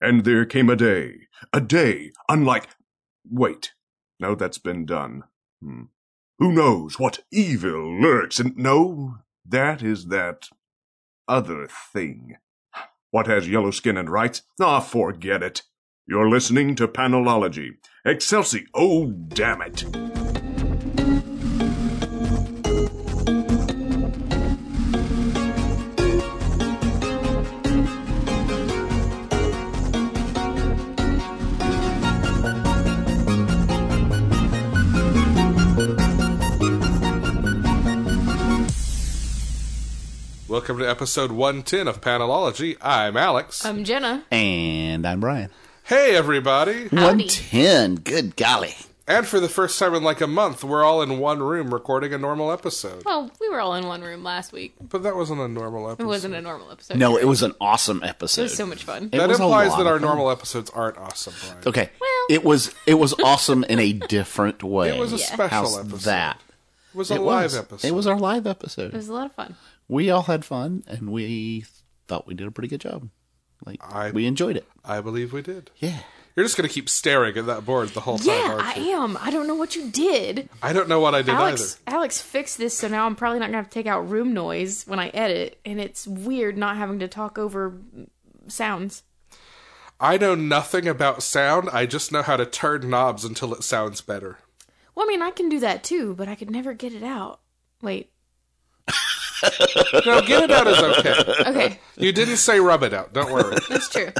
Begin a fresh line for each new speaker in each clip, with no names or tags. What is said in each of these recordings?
And there came a day, a day unlike. Wait, no, that's been done. Hmm. Who knows what evil lurks in. No, that is that other thing. What has yellow skin and rights? Ah, forget it. You're listening to Panelology. Excelsi, oh, damn it.
Welcome to episode 110 of Panelology. I'm Alex.
Um,
I'm Um, Jenna.
And I'm Brian.
hey, everybody.
110. Good golly.
And for the first time in like a month, we're all in one room recording a normal episode.
Well, we were all in one room last week.
But that wasn't a normal episode.
It wasn't a normal episode.
No, it was an awesome
It
episode.
was so much fun.
It
That
was a
implies
lot
that our
of fun.
normal episodes aren't awesome, Brian.
Okay.
Well-
It was it was awesome in a different way.
It was a
Yeah.
special
How's
episode.
that?
It was a
it
live
was.
episode.
It was our live episode.
It was a lot of fun.
we all had fun and we thought we did a pretty good job. Like
I-
we enjoyed it.
I believe we did.
Yeah.
You're just going to keep staring at that board the whole time,
Yeah, I
aren't you?
am. I don't know what you did.
I don't know what I did
Alex Alex fixed this, so now I'm probably not going to have to take out room noise when I edit, and it's weird not having to talk over sounds.
either. I know nothing about sound. I just know how to turn knobs until it sounds better.
Well, I mean, I can do that too, but I could never get it out. Wait.
No, get it out is okay.
Okay,
You didn't say rub it out. Don't worry.
that's true.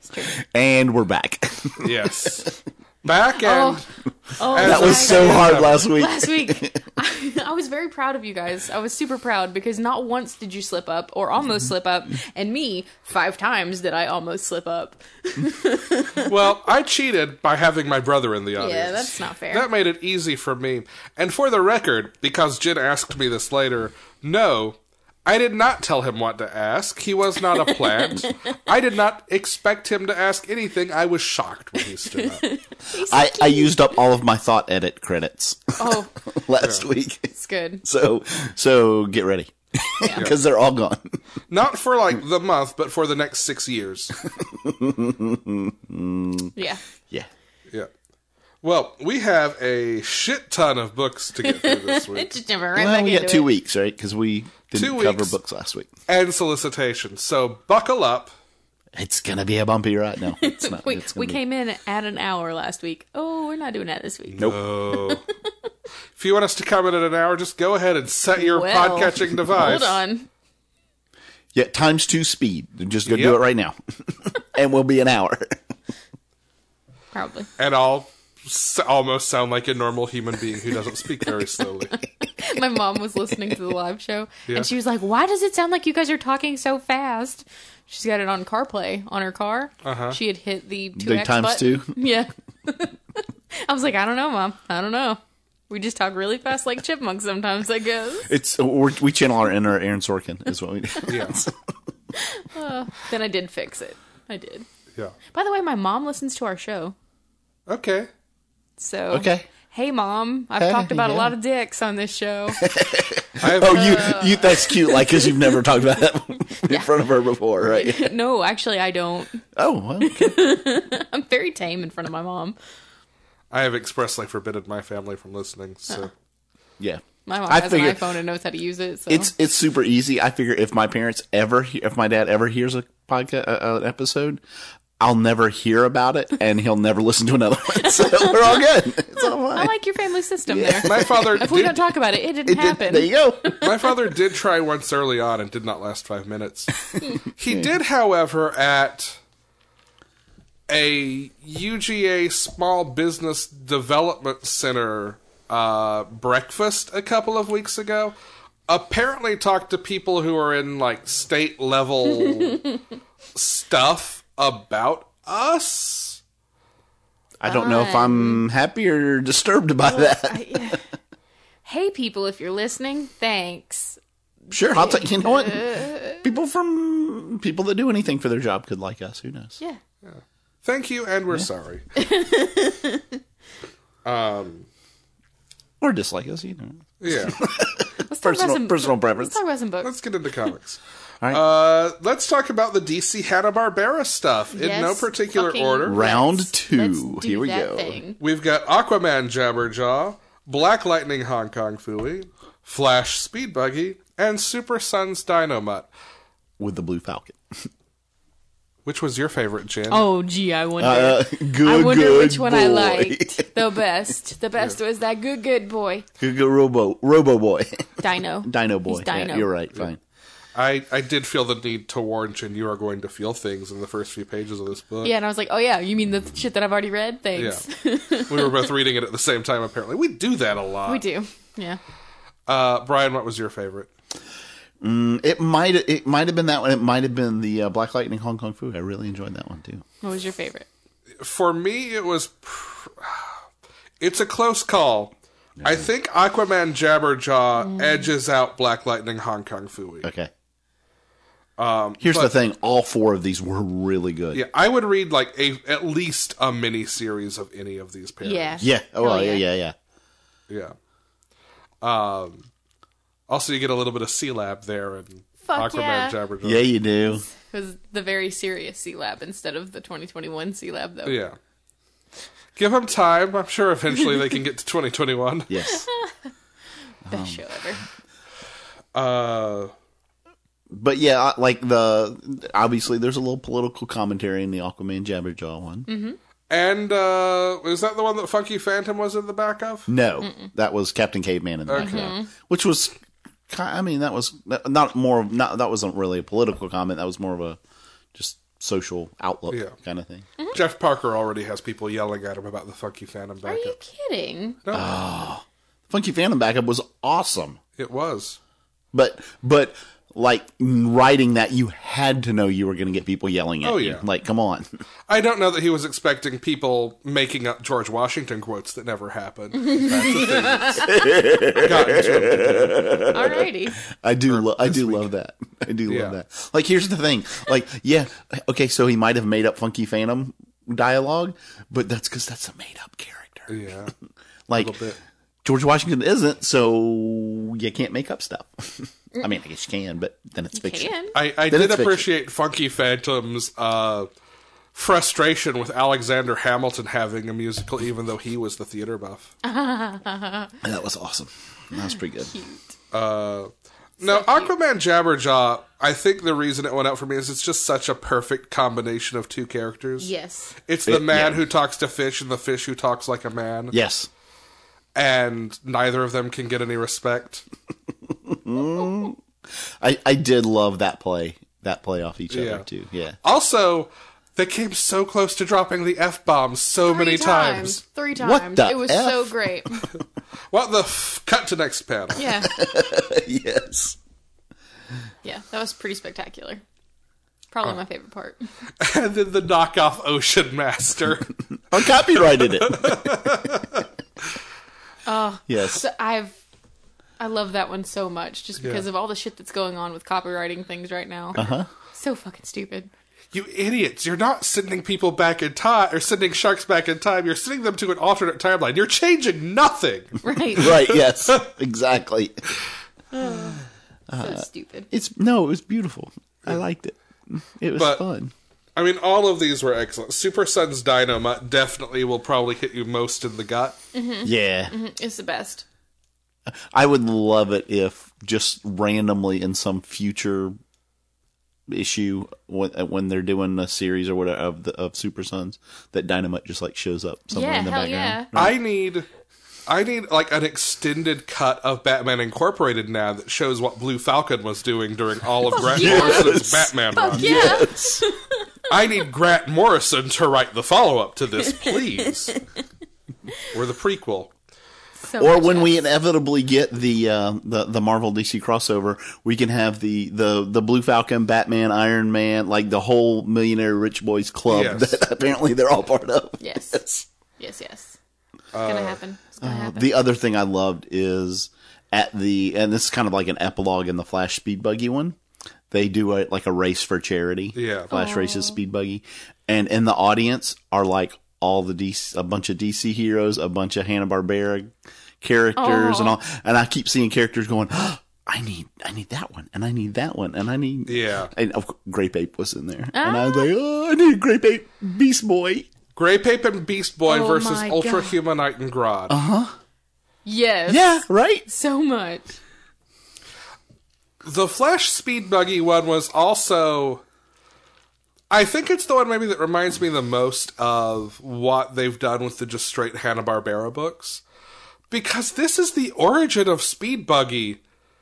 It's true.
And we're back.
Yes. Back and
Oh,
that was
my
so
God.
hard last week.
last week. I, I was very proud of you guys. I was super proud because not once did you slip up or almost slip up, and me five times did I almost slip up.
well, I cheated by having my brother in the audience.
Yeah, that's not fair.
That made it easy for me. And for the record, because Jen asked me this later, no, I did not tell him what to ask. He was not a plant. I did not expect him to ask anything. I was shocked when he stood up.
I, I used up all of my thought edit credits
oh,
last week.
it's good.
So so get ready. Because they're all gone.
Not for like the month, but for the next six years.
Yeah.
Yeah.
Yeah. Well, we have a shit ton of books to get through this week.
It just never right
Well,
back
we got
into
two
it.
weeks, right? Because we didn't
Two
cover
weeks.
books last week.
and solicitations. So buckle up.
It's gonna be a bumpy ride. No, it's not.
We,
It's gonna
we
be-
came in at an hour last week. Oh, we're not doing that this week.
If you want us to come in at an hour, just go ahead and set your
Well,
podcatching device.
Hold on.
Yeah, times two speed. Just go
Yep.
do it right now, and we'll be an hour.
Probably.
And I'll s- almost sound like a normal human being who doesn't speak very slowly.
My mom was listening to the live show, and she was like, Why does it sound like you guys are talking so fast? She's got it on CarPlay on her car. Uh-huh. She had hit the two
Big
X
times
button.
two.
Yeah. I was like, I don't know, Mom. I don't know. We just talk really fast like chipmunks sometimes, I guess.
It's we're, we channel our inner Aaron Sorkin is what we do.
Yeah.
Then I did fix it. I did.
Yeah.
By the way, my mom listens to our show.
Okay.
So
Okay.
Hey mom, I've
Hey,
talked about a
yeah.
lot of dicks on this show.
I have,
Uh.
Oh, you you that's cute. Like because you've never talked about that in front of her before, right?
no, actually I don't.
Oh, well, okay.
I'm very tame in front of my mom.
I have expressly forbidden my family from listening. So
yeah.
My mom
I
has
figure
an iPhone and knows how to use it. So
it's it's super easy. I figure if my parents ever, he- if my dad ever hears a podcast uh, an episode. I'll never hear about it, and he'll never listen to another one. So we're all good. It's all
I
fine.
like your family system there.
my father
If we don't
did,
talk about it, it didn't
It did-
happen.
there you go.
my father did try once early on and did not last five minutes. He did, however, at a UGA Small Business Development Center uh, breakfast a couple of weeks ago. Apparently, talked to people who are in like state level stuff about us.
I don't know if I'm happy or disturbed by that.
I- yeah. Hey people, if you're listening, thanks.
Sure, I'll take. You know what? People from people that do anything for their job could like us. Who knows?
Yeah.
Thank you, and we're sorry.
Or dislike us. You know,
Yeah,
Let's talk about
personal
some
personal
Let's
preference.
talk about some books.
let's get into comics.
All right.
Uh, let's talk about the DC Hanna Barbera stuff in
Yes,
no particular
fucking
order.
Round
let's-
two.
let's do
Here we
that
go.
thing.
We've got Aquaman Jabberjaw, Black Lightning Hong Kong Fooey, Flash Speed Buggy, and Super Sun's Dinomutt.
with the Blue Falcon.
Which was your favorite, Jen?
Oh, gee, I wonder.
Uh, good,
I wonder
good
which one I
boy.
liked the best. The best was that good, good boy.
Good, good Robo, Robo Boy,
Dino.
Dino Boy.
He's Dino.
Yeah, you're right. Fine.
I, I did feel the need to warn Jen you are going to feel things in the first few pages of this book.
Yeah, and I was like, oh, yeah, you mean the shit that I've already read? Thanks.
we were both reading it at the same time, apparently. We do that a lot.
we do. Yeah.
Uh, Brian, what was your favorite?
It might it might have been that one. It might have been the uh, Black Lightning Hong Kong Fu. I really enjoyed that one too.
What was your favorite?
For me, it was. pr- It's a close call. I think Aquaman Jabberjaw edges out Black Lightning Hong Kong Fooey.
Okay. Um, Here's the thing: all four of these were really good.
Yeah, I would read like a at least a mini series of any of these pairs.
Yeah.
Yeah. Oh,
Hell
yeah, yeah, yeah.
Yeah. Um also you get a little bit of C Lab there and
Fuck
Aquaman
yeah.
Jabberjaw.
Yeah, you do.
It was the very serious C Lab instead of the 2021 C Lab, though.
Yeah. Give them time. I'm sure eventually they can get to 2021.
Yes.
Best show
Um,
ever.
Uh
But yeah, I- like the obviously there's a little political commentary in the Aquaman Jabberjaw one.
and uh is that the one that Funky Phantom was in the back of?
No, that was Captain Caveman in the background, which was, ki- I mean, that was not- not more of not that wasn't really a political comment. That was more of a just social outlook
Yeah.
kind of thing.
Jeff Parker already has people yelling at him about the Funky Phantom
Are you
backup.
kidding?
Funky Phantom backup was awesome,
It was.
but but like writing that you had to know you were going to get people yelling at
Oh,
you.
yeah.
Like, come on,
I don't know that he was expecting people making up George Washington quotes that never happened. That's the thing that's gotten to him.
Alrighty.
I do lo- I do love that. I do
Yeah.
love that. Like, here's the thing. Like, yeah, okay, so he might have made up Funky Phantom dialogue, but that's because that's a made up character.
Yeah.
Like
little bit.
George Washington isn't, so you can't make up stuff. I mean, I guess you can, but then it's fiction.
Can.
I, I
Then
did
it's fiction.
appreciate Funky Phantom's uh, frustration with Alexander Hamilton having a musical, even though he was the theater buff.
And that was awesome. That was pretty good.
Uh, now, Aquaman Jabberjaw, I think the reason it went out for me is it's just such a perfect combination of two characters.
Yes.
It's the
It-
man
yeah.
who talks to fish and the fish who talks like a man,
Yes.
and neither of them can get any respect.
I, I did love that play. That play off each
Yeah.
other too. Yeah.
Also, they came so close to dropping the F bomb so
Three
many times.
Three times.
What the
it was
F?
so great.
What the f? Cut to next panel.
Yeah.
yes.
Yeah. That was pretty spectacular. Probably
Uh.
my favorite part.
and then the knockoff Ocean Master.
I copyrighted it. Oh. yes.
Oh. So I've. I love that one so much just because
Yeah.
of all the shit that's going on with copywriting things right now. Uh-huh. So fucking stupid.
you idiots! You're not sending people back in time, or sending sharks back in time. You're sending them to an alternate timeline. You're changing nothing.
Right.
right. Yes. Exactly. Uh.
so stupid.
It's no. It was beautiful. I liked it. It was
But-
fun.
I mean, all of these were excellent. Super Sun's Dynamo definitely will probably hit you most in the gut.
Mm-hmm.
Yeah.
It's the best.
I would love it if just randomly in some future issue when, uh, when they're doing a series or whatever of the of Super Sons that Dynamite just like shows up somewhere
Yeah,
in the
hell
background.
I need. I need like an extended cut of Batman Incorporated now that shows what Blue Falcon was doing during all of Grant Morrison's Batman run.
Yeah.
I need Grant Morrison to write the follow up to this, please. or the prequel.
So
Or
much
when we
F.
inevitably get the uh, the the Marvel DC crossover, we can have the the the Blue Falcon, Batman, Iron Man, like the whole millionaire rich boys club
Yes.
that apparently they're all part of.
Yes. Yes, yes. It's gonna happen. It's gonna happen.
The other thing I loved is at the and this is kind of like an epilogue in the Flash Speed Buggy one. They do a, like a race for charity.
Yeah.
Flash races Speed Buggy, and in the audience are like all the DC, a bunch of DC heroes, a bunch of Hanna Barbera characters, and all. And I keep seeing characters going, "Ah, I need I need that one and I need that one and I need
Yeah.
and of course, Grape Ape was in there and I was like oh I need Grape Ape Beast Boy
Grape Ape and Beast Boy
Oh
versus
my
Ultra
God.
Humanite and Grodd.
Yes.
yeah right
So much.
The Flash Speed Buggy one was also. I think it's the one maybe that reminds me the most of what they've done with the just straight Hanna-Barbera books. Because this is the origin of Speed Buggy.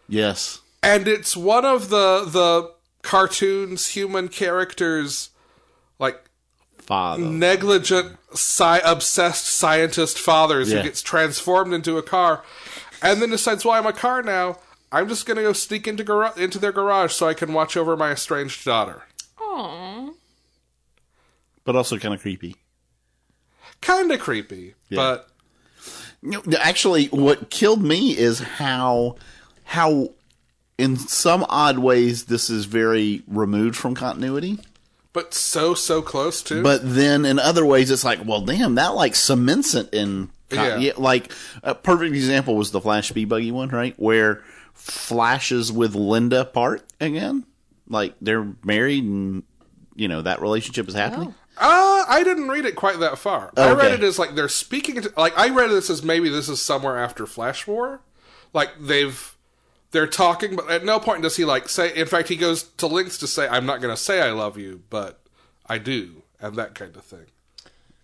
yes
and it's one of the the cartoons human characters like Mm.
father
negligent sci- obsessed scientist fathers
Yeah.
who gets transformed into a car and then decides well i'm a car now i'm just going to go sneak into gar- into their garage so i can watch over my estranged daughter
Aww.
but also kind of creepy
kind of creepy but
No, actually, what killed me is how how in some odd ways this is very removed from continuity,
but so so close to
but then in other ways it's like, well, damn, that like cements it in. con-
Yeah.
yeah, like a perfect example was the Flash Speed Buggy one, right? Where Flash is with Linda apart again, like they're married and you know that relationship is happening.
Oh.
Uh, I didn't read it quite that far. I read
okay.
it as like they're speaking. To, like I read this as maybe this is somewhere after Flash War. Like they've they're talking, but at no point does he like say. In fact, he goes to lengths to say, "I'm not going to say I love you, but I do," and that kind of thing.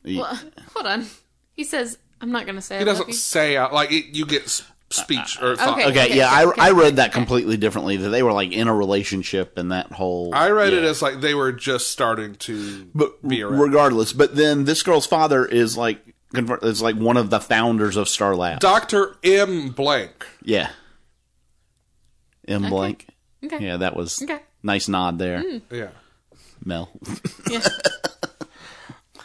Well, hold on. He says, "I'm not gonna say."
He
I love
doesn't
you."
say out like it, you get s- speech or thought.
Okay.
Okay, yeah,
okay, okay,
I, I read that completely differently. That they were like in a relationship and that whole.
I read it
yeah.
as like they were just starting to
but
be around.
regardless. But then this girl's father is like convert- is like one of the founders of Star Lab.
Doctor M. Blank.
yeah. M blank.
Okay.
Yeah, that was
Okay. Mm.
nice nod there,
Yeah.
Mel.
Yeah.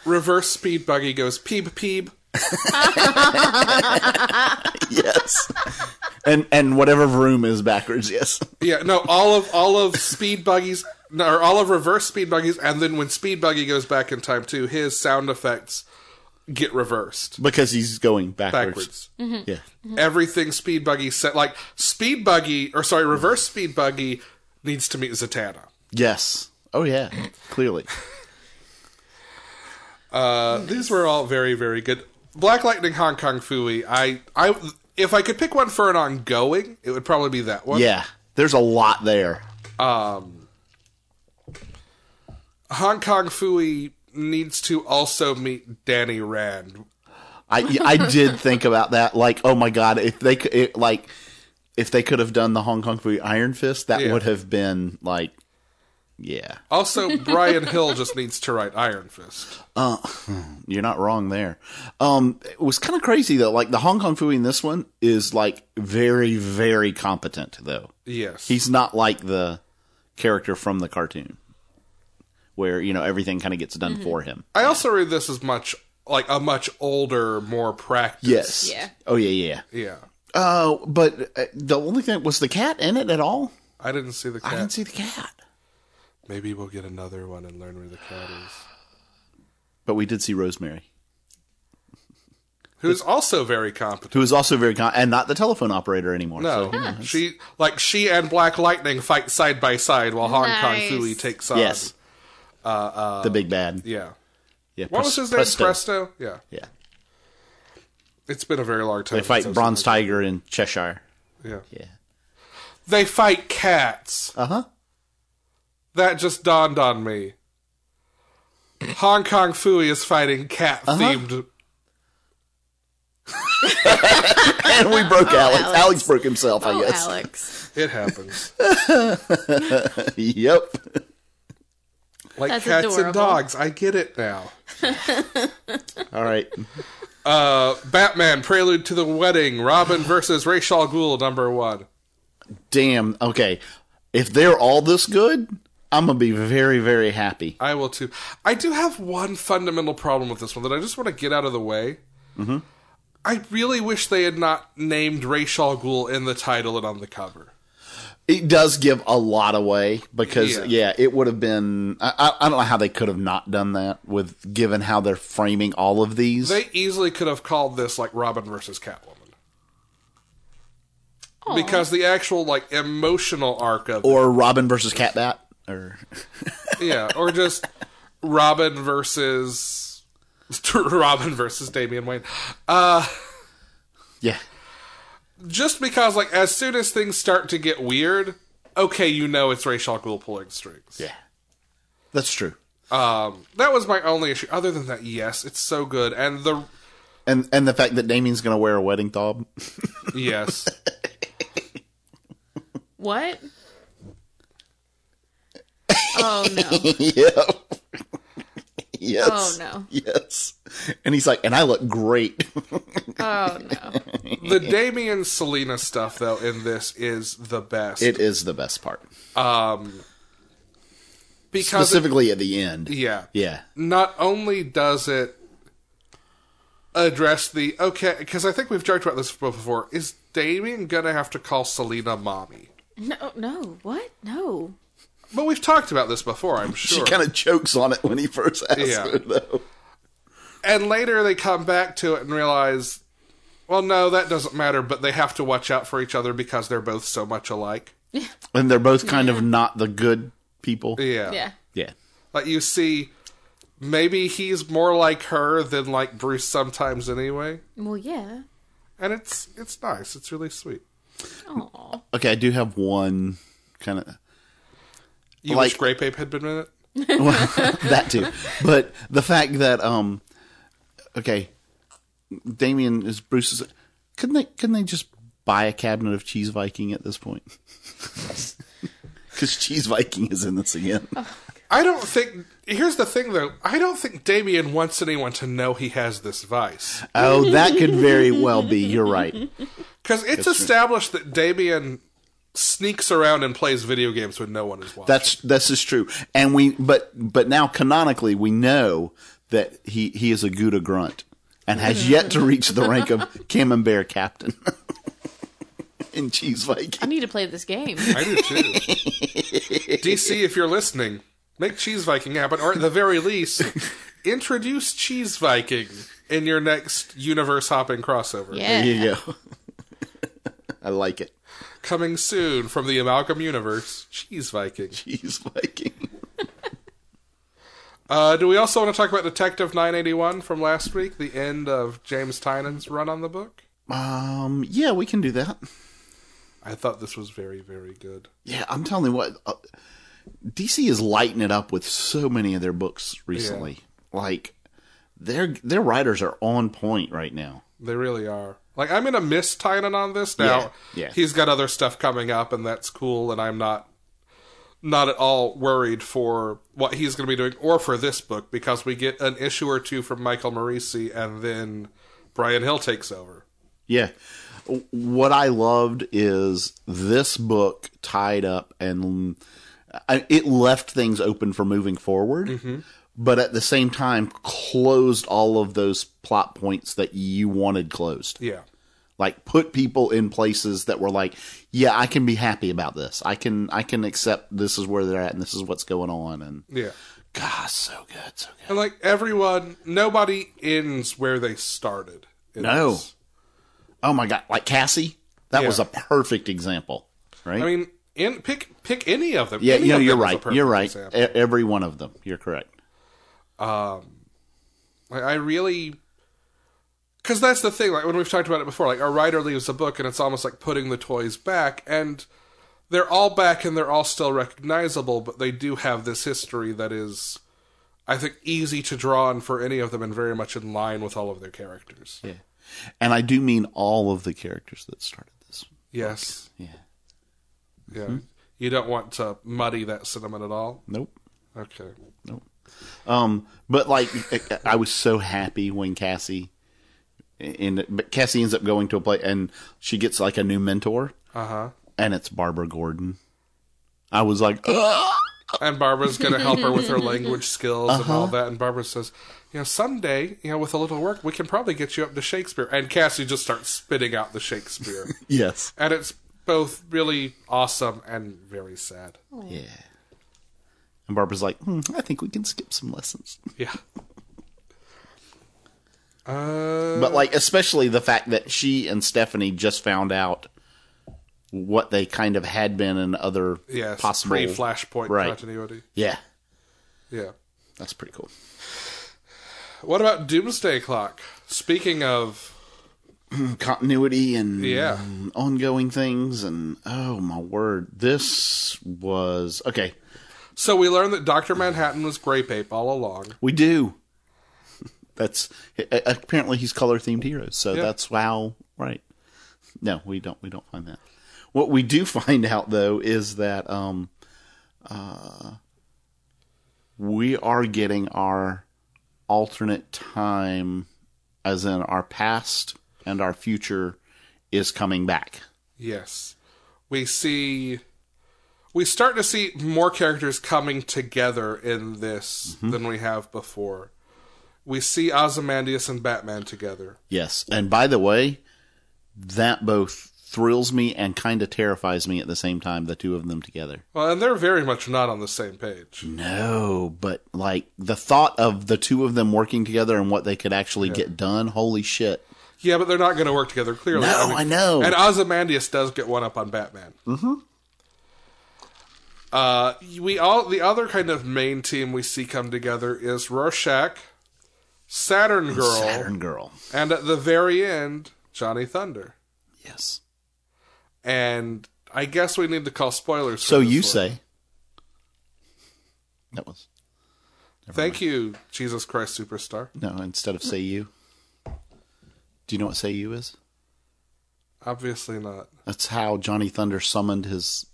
Reverse speed buggy goes peep peep.
yes. And and whatever room is backwards, yes.
Yeah, no, all of all of speed buggies no, or all of reverse speed buggies, and then when speed buggy goes back in time too, his sound effects get reversed
Because he's going backwards.
backwards.
Yeah.
Everything speed buggy set like speed buggy or sorry, reverse speed buggy needs to meet Zatanna.
Yes. Oh yeah. Clearly.
Uh, these were all very very good. Black Lightning Hong Kong Fui. I I if I could pick one for an ongoing, it would probably be that one.
Yeah. There's a lot there.
Hong Kong Fui needs to also meet Danny Rand
I I did think about that. Like, oh my god, if they could, it, like, if they could have done the Hong Kong Fu Iron Fist, that
Yeah.
would have been like, yeah,
Also, Brian Hill just needs to write Iron Fist.
you're not wrong there. Um, it was kind of crazy though. Like the Hong Kong Fu in this one is like very very competent though.
Yes.
He's not like the character from the cartoon, where you know everything kind of gets done for him.
I also read this as much like a much older, more practiced.
Yes.
Yeah.
Oh yeah yeah.
Yeah.
Uh, but uh, the only thing was the cat in it at all.
I didn't see the
I
cat.
didn't see the cat.
Maybe we'll get another one and learn where the cat is.
But we did see Rosemary.
Who's also very competent.
who is also very con- and not the telephone operator anymore.
No.
so, you know,
She like she and Black Lightning fight side by side while Hong
Nice.
Kong Fui takes on
yes, the big bad.
Yeah.
Yeah,
What
Pres-
was his name? Presto. Yeah.
Yeah,
It's been a very long time.
they fight
since I've
Bronze
seen
Tiger in Cheshire.
it. Yeah.
Yeah,
They fight cats.
uh huh.
That just dawned on me. Hong Kong Fui is fighting cat themed.
Uh-huh.
And we broke Alex. Alex. broke himself, I
Oh,
guess.
Alex.
It happens.
yep.
Like
That's
cats and
adorable.
dogs. I get it now.
All right.
Uh, Batman Prelude to the Wedding. Robin versus Rachel Ghoul number one.
Damn. Okay. If they're all this good, I'm gonna be very, very happy.
I will too. I do have one fundamental problem with this one that I just want to get out of the way. Mm-hmm. I really wish they had not named Rachel Ghoul in the title and on the cover.
It does give a lot away because,
Yeah.
yeah, it would have been. I, I, I don't know how they could have not done that with given how they're framing all of these.
They easily could have called this like Robin versus Catwoman. because the actual like emotional arc of
or Robin versus Catbat, or
yeah, or just Robin versus Robin versus Damian Wayne. Uh,
yeah,
just because like as soon as things start to get weird, okay, you know it's Rachel Ghoul pulling strings.
yeah, that's true.
Um, that was my only issue. Other than that, yes, it's so good, and the
And and the fact that Damien's gonna wear a wedding thob,
yes,
What? Oh no!
yep, yes,
Oh no!
yes, and he's like, and I look great.
Oh no!
the Damien Selena stuff though in this is the best
it is the best part,
because it-
specifically at the end.
yeah,
Yeah,
not only does it address the okay, because I think we've joked about this before. Is Damien gonna have to call Selena mommy?
No! No! What? No!
But we've talked about this before, I'm
she
sure.
kind of chokes on it when he first asks
Yeah.
her, though.
and later they come back to it and realize, well, no, that doesn't matter. But they have to watch out for each other because they're both so much alike.
And they're both kind of not the good people.
Yeah,
Yeah.
Yeah.
Like you see, maybe he's more like her than like Bruce sometimes, anyway.
Well, yeah.
And it's it's nice. It's really sweet.
Oh.
Okay, I do have one kind of
You
Like-
wish Grey Ape had been in it.
that too. But the fact that um okay, Damien is Bruce's couldn't they couldn't they just buy a cabinet of cheese viking at this point? Cuz cheese viking is in this again.
I don't think. Here's the thing, though. I don't think Damien wants anyone to know he has this vice.
Oh, that could very well be. You're right.
Because it's established that Damien sneaks around and plays video games when no one is watching.
That's this is true. And we but but now canonically we know that he he is a Gouda grunt and has yet to reach the rank of camembert captain. in cheese viking.
I need to play this game.
I do too. DC, if you're listening, make Cheese Viking happen, or at the very least, introduce Cheese Viking in your next universe hopping crossover.
Yeah.
There you go. I like it.
Coming soon from the Amalgam universe, Cheese Viking.
Cheese Viking.
Uh, do we also want to talk about Detective 981 from last week, the end of James Tynan's run on the book?
Um, yeah, we can do that.
I thought this was very, very good.
Yeah, I'm telling you what, uh, DC is lighting it up with so many of their books recently. Like their their writers are on point right now.
They really are. Like, I'm going to miss Tynan on this now.
Yeah, yeah.
He's got other stuff coming up, and that's cool, and I'm not not at all worried for what he's going to be doing or for this book because we get an issue or two from Michael Morisi, and then Brian Hill takes over.
Yeah. What I loved is this book tied up and I, it left things open for moving forward,
Mm-hmm.
but at the same time closed all of those plot points that you wanted closed.
Yeah.
like put people in places that were like yeah i can be happy about this i can i can accept this is where they're at and this is what's going on and
Yeah.
god so good so good
And, like, everyone, nobody ends where they started. in
No.
this.
oh my god like cassie that
Yeah.
was a perfect example right
I mean, in, pick pick any of them.
yeah
Any
you know
of
you're
them is a
right
perfect
you're right
example.
E- every one of them you're correct
Like, I really, because that's the thing. Like when we've talked about it before, like a writer leaves a book, and it's almost like putting the toys back, and they're all back, and they're all still recognizable, but they do have this history that is, I think, easy to draw on for any of them, and very much in line with all of their characters.
yeah and i do mean all of the characters that started this
Yes,
yeah Hmm?
yeah. You don't want to muddy that sentiment at all.
nope
Okay.
Nope. Um, but like, I- I was so happy when Cassie, and but Cassie ends up going to a place and she gets like a new mentor,
Uh huh.
and it's Barbara Gordon. I was like, "Ugh."
And Barbara's going to help her with her language skills and
Uh-huh.
all that. And Barbara says, you know, someday, you know, with a little work, we can probably get you up to Shakespeare. And Cassie just starts spitting out the Shakespeare.
yes,
and it's both really awesome and very sad.
yeah. And Barbara's like, hmm, I think we can skip some lessons.
Yeah. Uh,
But like, especially the fact that she and Stephanie just found out what they kind of had been in other
Yes,
possible
pre Flashpoint
Right.
continuity.
Yeah,
Yeah.
that's pretty cool.
What about Doomsday Clock? Speaking of,
continuity and
Yeah.
ongoing things and oh my word this was okay
so we learned that Doctor Manhattan was Grape Ape all along.
we do that's a- apparently he's color themed heroes so
Yeah.
that's wow right no we don't we don't find that what we do find out though is that um uh we are getting our alternate time as in our past and our future is coming back
Yes, we see. We start to see more characters coming together in this
Mm-hmm.
than we have before. We see Ozymandias and Batman together.
Yes. And by the way, that both thrills me and kind of terrifies me at the same time, the two of them together.
Well, and they're very much not on the same
Mm.
page.
No, but like the thought of the two of them working together and what they could actually get done, holy shit.
Yeah, but they're not going to work together. Clearly,
No, I know.
And Ozymandias does get one up on Batman. Mm-hmm. Uh, we all the other kind of main team we see come together is Rorschach, Saturn Girl,
Saturn Girl.
and at the very end, Johnny Thunder.
Yes.
And I guess we need to call spoilers. for
So
this
you
one.
say. That was.
Thank you, Jesus Christ Superstar.
No, instead of say you. Do you know what say you is?
Obviously not.
That's how Johnny Thunder summoned his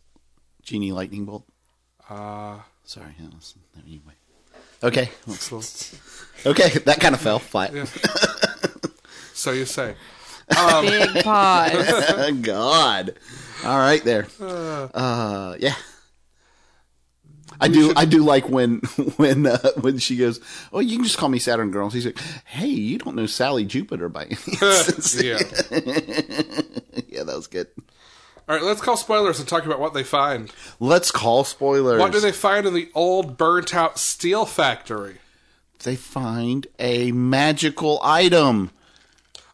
genie lightning bolt.
Uh,
Sorry. yeah, that's- Anyway. Okay.
so,
Okay. That kind of fell flat.
so you say.
Big pause.
God. All right there. Uh, yeah. I do. I do like when when uh, when she goes. Oh, you can just call me Saturn Girl. She's like, "Hey, you don't know Sally Jupiter by any instance."
yeah.
yeah, that was good.
All right, let's call spoilers and talk about what they find.
Let's call spoilers.
What do they find in the old burnt out steel factory?
They find a magical item.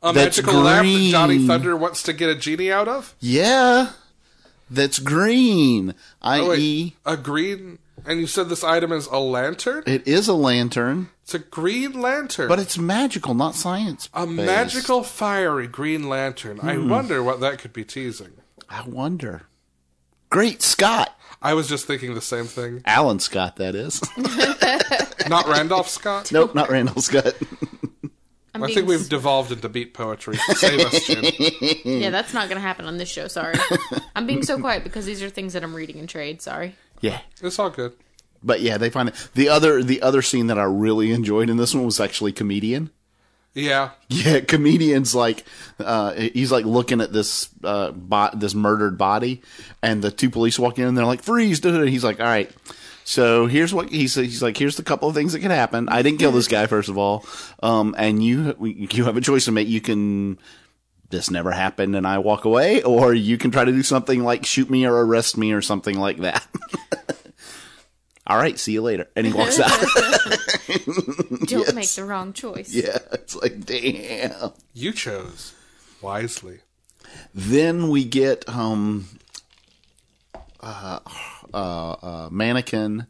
A
That's
magical lamp that Johnny
green.
Thunder wants to get a genie out of?
Yeah, that's green. E.
Oh, wait,
I.e.,
a green. And you said this item is a lantern?
it is a lantern,
It's a green lantern.
but it's magical, not science.
a
based.
magical, fiery green lantern. I
Hmm.
wonder what that could be teasing.
I wonder. Great Scott.
I was just thinking the same thing.
Alan Scott, that is.
Not Randolph Scott?
nope, not Randall Scott.
I'm
I
being
think we've devolved into beat poetry. Save us, Jim.
Yeah, that's not going to happen on this show. Sorry. I'm being so quiet because these are things that I'm reading in trade. Sorry.
yeah.
It's all good.
But yeah, they find it. The other the other scene that I really enjoyed in this one was actually comedian.
Yeah.
Yeah, comedian's like uh he's like looking at this uh bot this murdered body and the two police walk in and they're like freeze. duh, duh, duh." He's like, "All right. So here's what he says. He's like, here's the couple of things that can happen. I didn't kill this guy first of all. Um and you you have a choice to make. You can this never happened and I walk away, or you can try to do something like shoot me or arrest me or something like that. All right, see you later. And he walks out.
Don't make the wrong choice.
yeah, it's like, damn.
You chose wisely.
Then we get um, uh, uh, uh, mannequin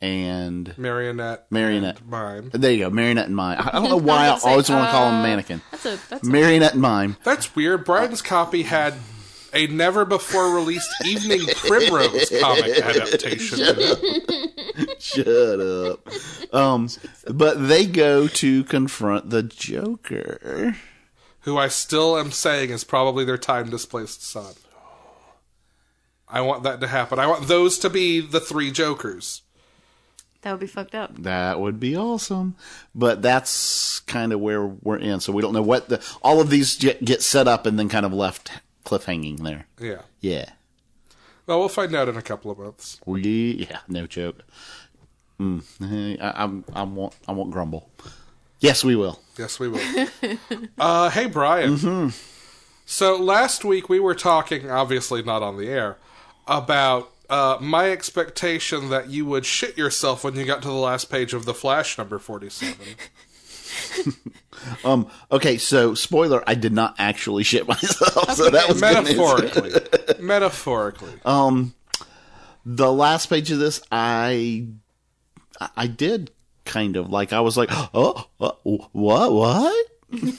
and
Marionette.
marionette.
and Mime.
There you go, marionette and mime. I I don't know why I
was gonna
always
say,
want to call him
uh,
mannequin.
That's a that's a,
Marionette and mime.
That's weird. Brian's copy had a never before released Evening Primrose comic adaptation. in it.
Shut up. Um, but they go to confront the Joker.
Who I still am saying is probably their time displaced son. I want that to happen. I want those to be the three Jokers.
that would be fucked up.
That would be awesome. But that's kind of where we're in. So we don't know what the all of these get, get set up and then kind of left cliffhanging there.
Yeah.
Yeah.
Well, we'll find out in a couple of months.
We yeah, no joke. Mm, I, I'm I won't I won't grumble. Yes, we will.
Yes, we will. uh, hey, Brian.
Mm-hmm.
So last week we were talking, obviously not on the air, about uh, my expectation that you would shit yourself when you got to the last page of the Flash number forty-seven.
um. Okay. So, spoiler: I did not actually shit myself, so that was good news.
metaphorically. metaphorically.
Um, the last page of this, I, I- I did kind of like I was like, oh, oh, what, what?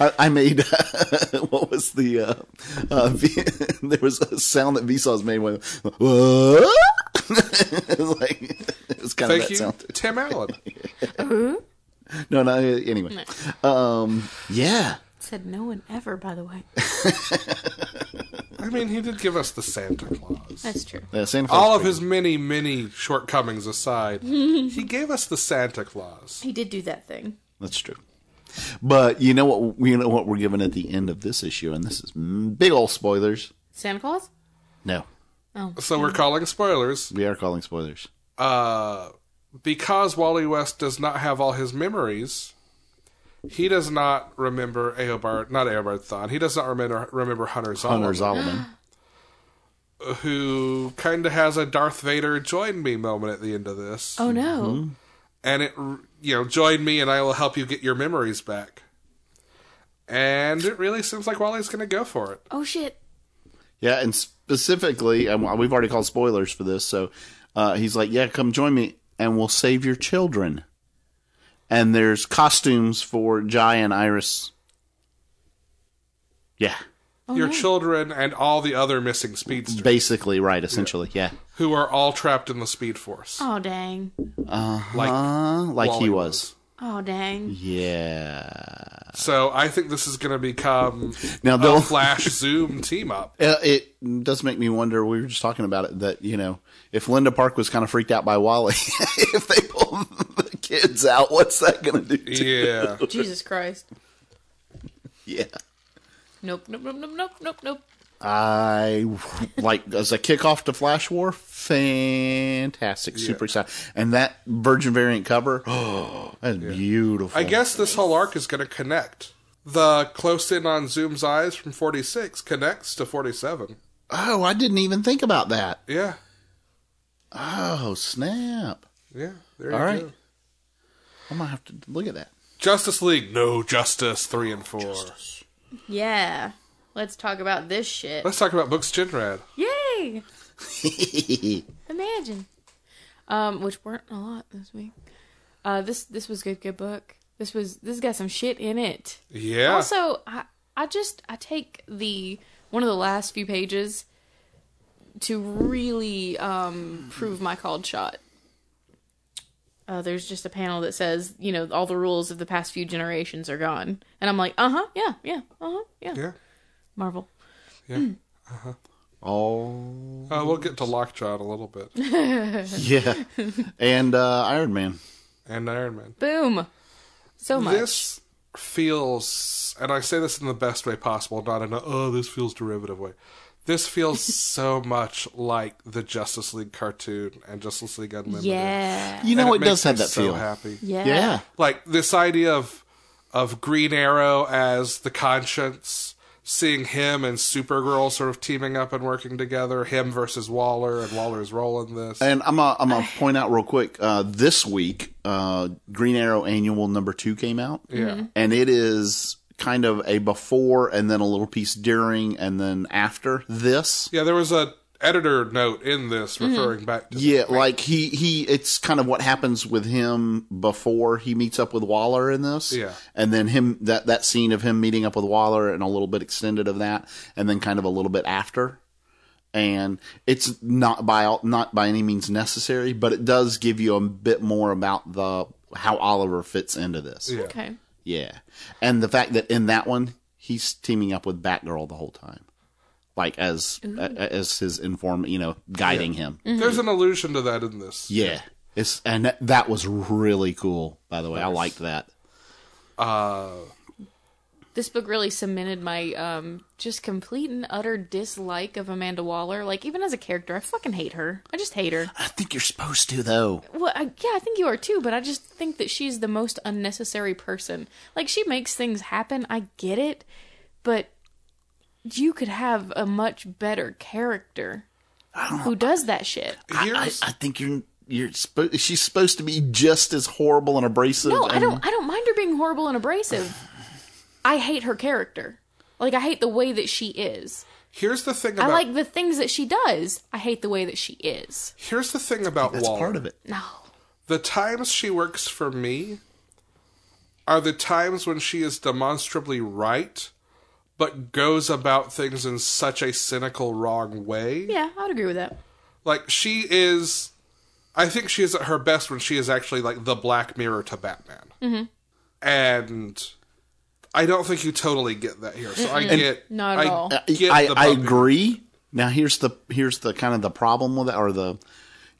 I, I made what was the uh, uh, v- there was a sound that Vsauce made when "What?" it was like it was kind
Thank
of that
you,
sound.
Tim Allen.
No, no. Anyway, um, yeah.
Said no one ever, by the way.
I mean, he did give us the Santa Claus.
That's true.
Uh, Santa Claus
All of
pretty-
his many, many shortcomings aside, he gave us the Santa Claus.
He did do that thing.
That's true. But you know what? You know what we're given at the end of this issue, and this is m- big old spoilers.
Santa Claus?
No,
So we're calling spoilers.
we are calling spoilers.
Uh, because Wally West does not have all his memories, he does not remember Eobard, not Eobard Thawne. He does not remember remember Hunter
Hunter
Zolomon,
Zolomon.
who kind of has a Darth Vader join me moment at the end of this,
Oh no.
and it r- you know join me and I will help you get your memories back. And it really seems like Wally's going to go for it.
Oh shit.
yeah, and specifically, um, we've already called spoilers for this. So uh, he's like, "Yeah, come join me, and we'll save your children." And there's costumes for Jai and Iris. Yeah,
Oh,
your children and all the other missing speedsters
basically right, essentially, yeah,
who are all trapped in the speed force.
Oh dang.
Like
Uh, like
Wally
he was.
Oh dang.
Yeah.
So I think this is going to become
Now
a
they'll-
Flash Zoom team up.
Uh, it does make me wonder. We were just talking about it that you know, if Linda Park was kind of freaked out by Wally, if they pull the kids out, what's that going to do? To yeah.
Yeah.
Jesus Christ.
yeah,
Nope, nope, nope, nope, nope, nope, nope.
I like as a kickoff to Flash War, fantastic, super excited, and that Virgin variant cover, oh, that's beautiful.
I guess this whole arc is going to connect. The close in on Zoom's eyes from 46 connects to 47.
Oh, I didn't even think about that.
Yeah.
Oh snap!
Yeah. There you
All right,
go.
I might have to look at that.
Justice League, no justice, three and four.
Yeah. Let's talk about this shit.
Let's talk about books Jinrad.
Yay! Imagine. Um, which weren't a lot this week. Uh, this this was good, good book. This was this got some shit in it.
Yeah.
Also, I I just I take the one of the last few pages to really um prove my called shot. Uh, there's just a panel that says, you know, all the rules of the past few generations are gone, and I'm like, uh huh, yeah, yeah, uh huh, yeah.
yeah.
Marvel.
Oh
Uh, we'll get to Lockjaw in a little bit.
yeah, and uh, Iron Man.
And Iron Man.
Boom. So much.
This feels, and I say this in the best way possible, not in a, oh, this feels derivative way. This feels so much like the Justice League cartoon and Justice League Unlimited.
yeah.
You know,
And
it, does
makes me
have that
so
feel.
happy.
Yeah.
Yeah.
Like this idea of of Green Arrow as the conscience, seeing him and Supergirl sort of teaming up and working together, him versus Waller, and Waller's role in this.
And I'm gonna, I'm gonna point out real quick. Uh, this week, uh, Green Arrow Annual Number Two came out. Yeah, and it is kind of a before and then a little piece during and then after this.
yeah, there was a editor note in this
Mm-hmm.
referring back to
Yeah, like he he, it's kind of what happens with him before he meets up with Waller in this.
Yeah.
and then him that that scene of him meeting up with Waller and a little bit extended of that, and then kind of a little bit after. And it's not by all- not by any means necessary, but it does give you a bit more about the how Oliver fits into this.
Yeah.
Okay.
Yeah. And the fact that in that one he's teaming up with Batgirl the whole time. Like as a- as his inform, you know, guiding him.
There's an allusion to that in this.
Yeah. It's and that, that was really cool, by the way. I liked that.
Uh,
This book really cemented my um just complete and utter dislike of Amanda Waller. Like even as a character, I fucking hate her. I just hate her.
I think you're supposed to though.
Well, I, yeah, I think you are too, but I just think that she's the most unnecessary person. Like she makes things happen. I get it, but you could have a much better character who does that shit.
I, I,
Here's-
I think you're you're spo- she's supposed to be just as horrible and abrasive.
No, I
and-
don't. I don't mind her being horrible and abrasive. I hate her character. Like I hate the way that she is.
Here's the thing
I
about
like the things that she does. I hate the way that she is.
here's the thing about
That's
Waller.
part of it.
No.
The times she works for me are the times when she is demonstrably right, but goes about things in such a cynical, wrong way.
Yeah, I would agree with that.
Like she is, I think she is at her best when she is actually like the Black Mirror to Batman. Mm-hmm. And I don't think you totally get that here. So I get
Not at
I
all.
I,
get
I,
the
I
puppy.
agree. Now here's the here's the kind of the problem with it, or the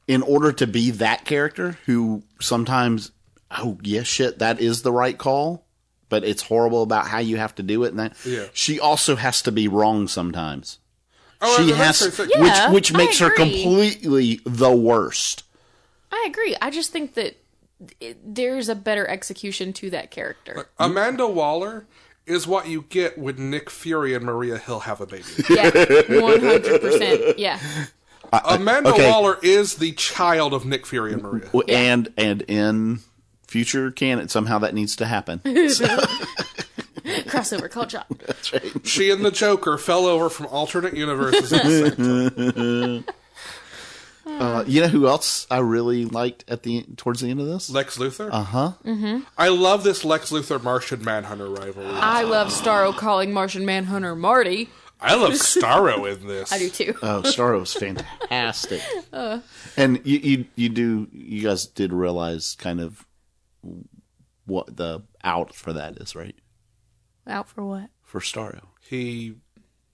in order to be that character who sometimes oh yeah shit that is the right call, but it's horrible about how you have to do it and that.
Yeah.
She also has to be wrong sometimes.
Oh,
she
and that's
has
her thing.
Yeah,
which which
I
makes her
agree.
completely the worst.
I agree. I just think that it, there's a better execution to that character.
Amanda Waller is what you get when Nick Fury and Maria Hill have a baby.
Yeah, one hundred percent. Yeah,
Amanda
okay.
Waller is the child of Nick Fury and Maria.
W And and in future canon somehow that needs to happen.
crossover cult shot.
She and the Joker fell over from alternate universes. at the same-
Uh, you know who else I really liked at the towards the end of this?
Lex Luthor. Uh huh. Mm-hmm. I love this Lex Luthor Martian Manhunter rivalry.
I love Starro calling Martian Manhunter Marty.
I love Starro in this.
I do too.
Oh, Starro was fantastic.
Uh.
and you, you you do you guys did realize kind of what the out for that is, right?
Out for what?
For Starro.
He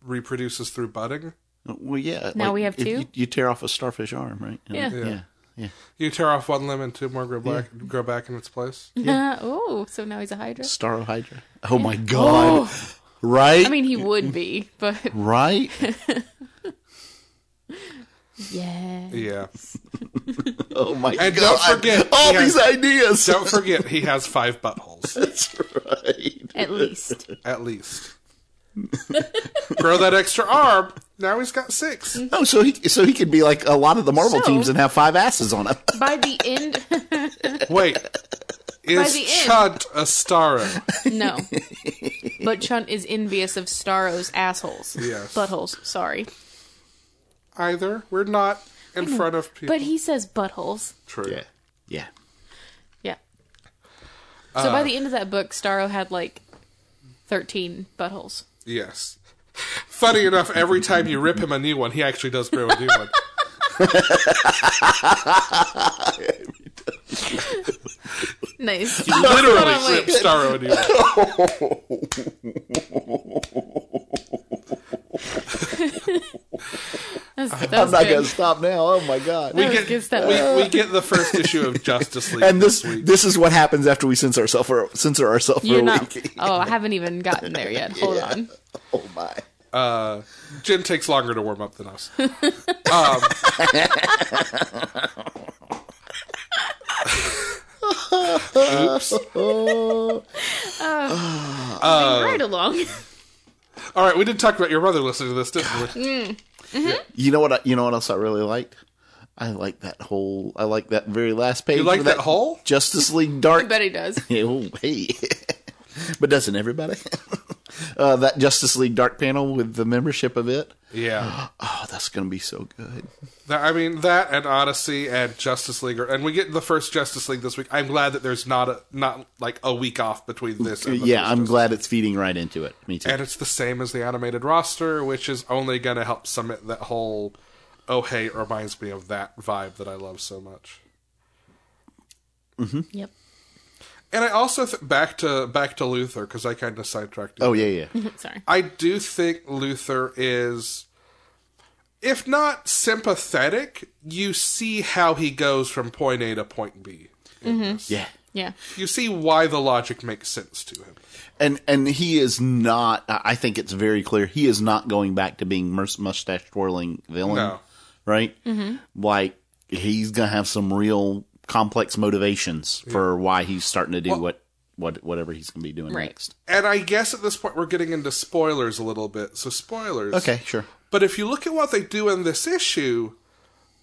reproduces through budding.
Uh, Well, yeah.
Now we have
if
two?
You, you tear off a starfish arm, right? And-
Yeah.
yeah. yeah.
You tear off one limb and two more grow back, grow back in its place.
oh, so now he's a Hydra.
Starro Hydra. Oh my god. Right?
Oh. I mean, he would be, but
right?
yeah.
Yeah.
Oh my
And
god.
don't forget,
all
yeah.
these ideas.
Don't forget, he has five buttholes
That's right.
At least
at least. grow that extra arm. Now he's got six.
Oh, so he so he could be like a lot of the Marvel
So-
teams and have five asses on him.
by the end,
Wait. Is
the end.
Chunt a Starro?
no. But Chunt is envious of Starro's assholes,
Yes.
buttholes. Sorry,
Either. We're not in front of people.
Mm-hmm. but he says buttholes.
True.
Yeah. Yeah.
Yeah. So
Uh,
by the end of that book, Starro had like thirteen buttholes.
Yes. Funny enough, every time you rip him a new one, he actually does grow a new one.
Nice.
He literally rips Starro a new one.
That's, that
I'm
was
not
good.
gonna stop now. Oh my god.
We
was
get,
good stuff.
we, we get the first issue of Justice League.
and this
week.
this is what happens after we censor ourselves for censor ourselves for
You're
a
not.
week.
Oh, I haven't even gotten there yet. Hold on.
Oh my.
Jim takes longer to warm up than us. Um, oops.
right along.
All right, we did talk about your brother listening to this, didn't we?
You know what I, you know what else I really liked? I like that whole I like that very last page.
You like
of
that hole?
Justice League Dark
But he does.
Yeah, oh, hey. but doesn't everybody? uh, that Justice League Dark panel with the membership of it.
Yeah.
Oh, that's gonna be so good.
That, I mean, that and Odyssey and Justice League, are, and we get the first Justice League this week. I'm glad that there's not a not like a week off between this. And the
yeah,
first
I'm
Justice
glad it's feeding right into it. Me too.
and it's the same as the animated roster, which is only going to help cement that whole "oh hey" it reminds me of that vibe that I love so much.
Yep.
And I also th- back to back to Luther because I kind of sidetracked. you.
oh yeah, yeah.
Sorry.
I do think Luther is, if not sympathetic, you see how he goes from point A to point B. in this.
yeah.
Yeah.
You see why the logic makes sense to him.
And and he is not. I I think it's very clear he is not going back to being mus- mustache twirling villain.
No.
Right. Like he's gonna have some real complex motivations for why he's starting to do what what whatever he's gonna be doing
Right.
next.
And I guess at this point we're getting into spoilers a little bit. So spoilers.
Okay, sure.
But if you look at what they do in this issue,